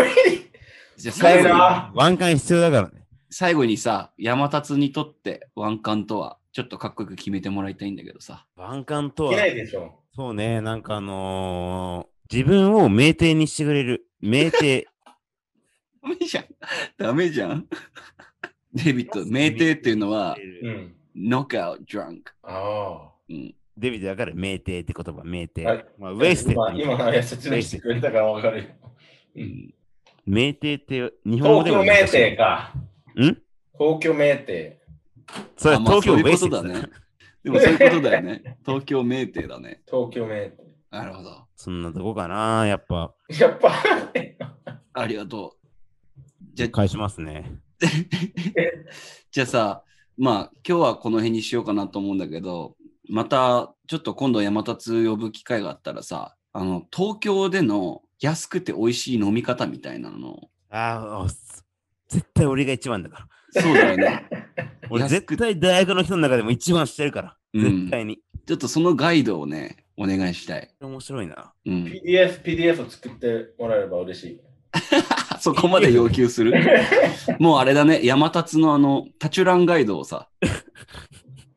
じゃあない最後に、な。ワンカン必要だからね。最後にさ、山達にとってワンカンとは、ちょっとかっこよく決めてもらいたいんだけどさ。ワンカンといけはな、いでしょ。そうね、なんかあのー自分を名店にしてくれる。名 店。ダメじゃん。ダメじゃん。デイビッド、名帝っていうのは、うん。ノックアウト、ドランク。あうん。デビッドわかる名帝って言葉、名帝。はいまあ、あ。ウェイステ今、ッド。今、説明してくれたから分かるよ。うん名帝って日本東語でも京名店か。ん東京名店。それあまあ東京ウそういうェイこスとテッドだね。。でもそういうことだよね。東京名帝だね。東京名店。なるほど。そんなとこかな、やっぱ。やっぱ、ありがとう。じゃあ、返しますね。じゃあさ、まあ、今日はこの辺にしようかなと思うんだけど、また、ちょっと今度山立呼ぶ機会があったらさ、あの、東京での安くて美味しい飲み方みたいなのをああ、す絶対俺が一番だから。そうだよ ね。俺安く絶対大学の人の中でも一番してるから。うん絶対に。ちょっとそのガイドをね、お願いしたい。面白いな。うん PDF、PDF を作ってもらえれば嬉しい。あ そこまで要求す るもうあれだね、山立のあの、タチュランガイドをさ、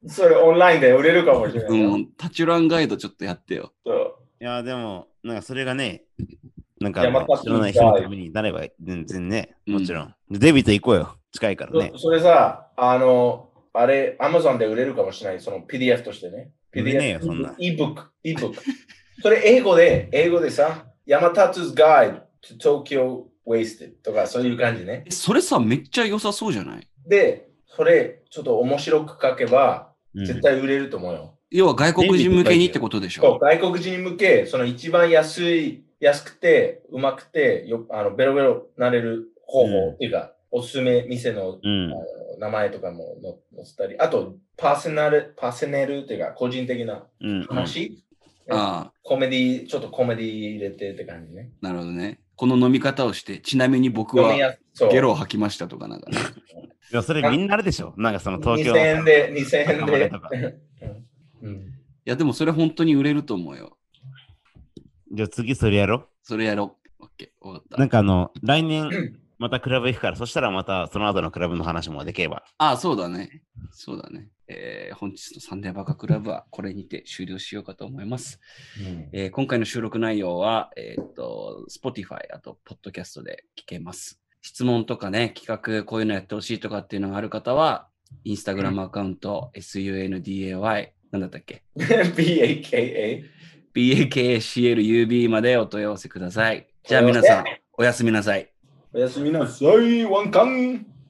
それオンラインで売れるかもしれないな。うん、タチュランガイドちょっとやってよ。そういやー、でも、なんかそれがね、なんかいやまた知らない人のためになれば全然ね、うんもちろん。デビット行こうよ。近いからねそ。それさ、あの、あれ、Amazon で売れるかもしれない、その PDF としてね。売れねえよそんな ebook、ebook。それ英語で、英語でさ、Yamatatsu's Guide to Tokyo Wasted とかそういう感じねえ。それさ、めっちゃ良さそうじゃないで、それちょっと面白く書けば、うん絶対売れると思うよ。要は外国人向けにってことでしそうょ外国人に向け、その一番安い、安くて、うまくて、よあのベロベロなれる方法っていうか、おすすめ店のうん。名前とかもの載せたり、あと、パーソナル、パーソナルっていうか、個人的なうんうん話、ああ、コメディ、ちょっとコメディ入れてって感じね。なるほどね。この飲み方をして、ちなみに僕飲はみやすそうゲロを吐きましたとかなんかね、いや、それみんなあれでしょ。なんかその東京2000円で、2000円浜辺でと。か。 うん、いや、でもそれ本当に売れると思うよ。じゃあ次それやろそれやろう。オッケー、終わっう。たな。んかあの、来年またクラブ行くから、そしたらまたその後のクラブの話もできれば。ああ、そうだね。そうだね。えー本日のサンデーバカクラブはこれにて終了しようかと思います。うんえー今回の収録内容は、えーっと、Spotify、あと、Podcast で聞けます。質問とかね、企画、こういうのやってほしいとかっていうのがある方は、Instagram アカウント、sunday、なんだったっけ BAKA。 ?bakclub までお問い合わせください。じゃあ皆さん、おやすみなさい。おやすみなさい、ワンカン。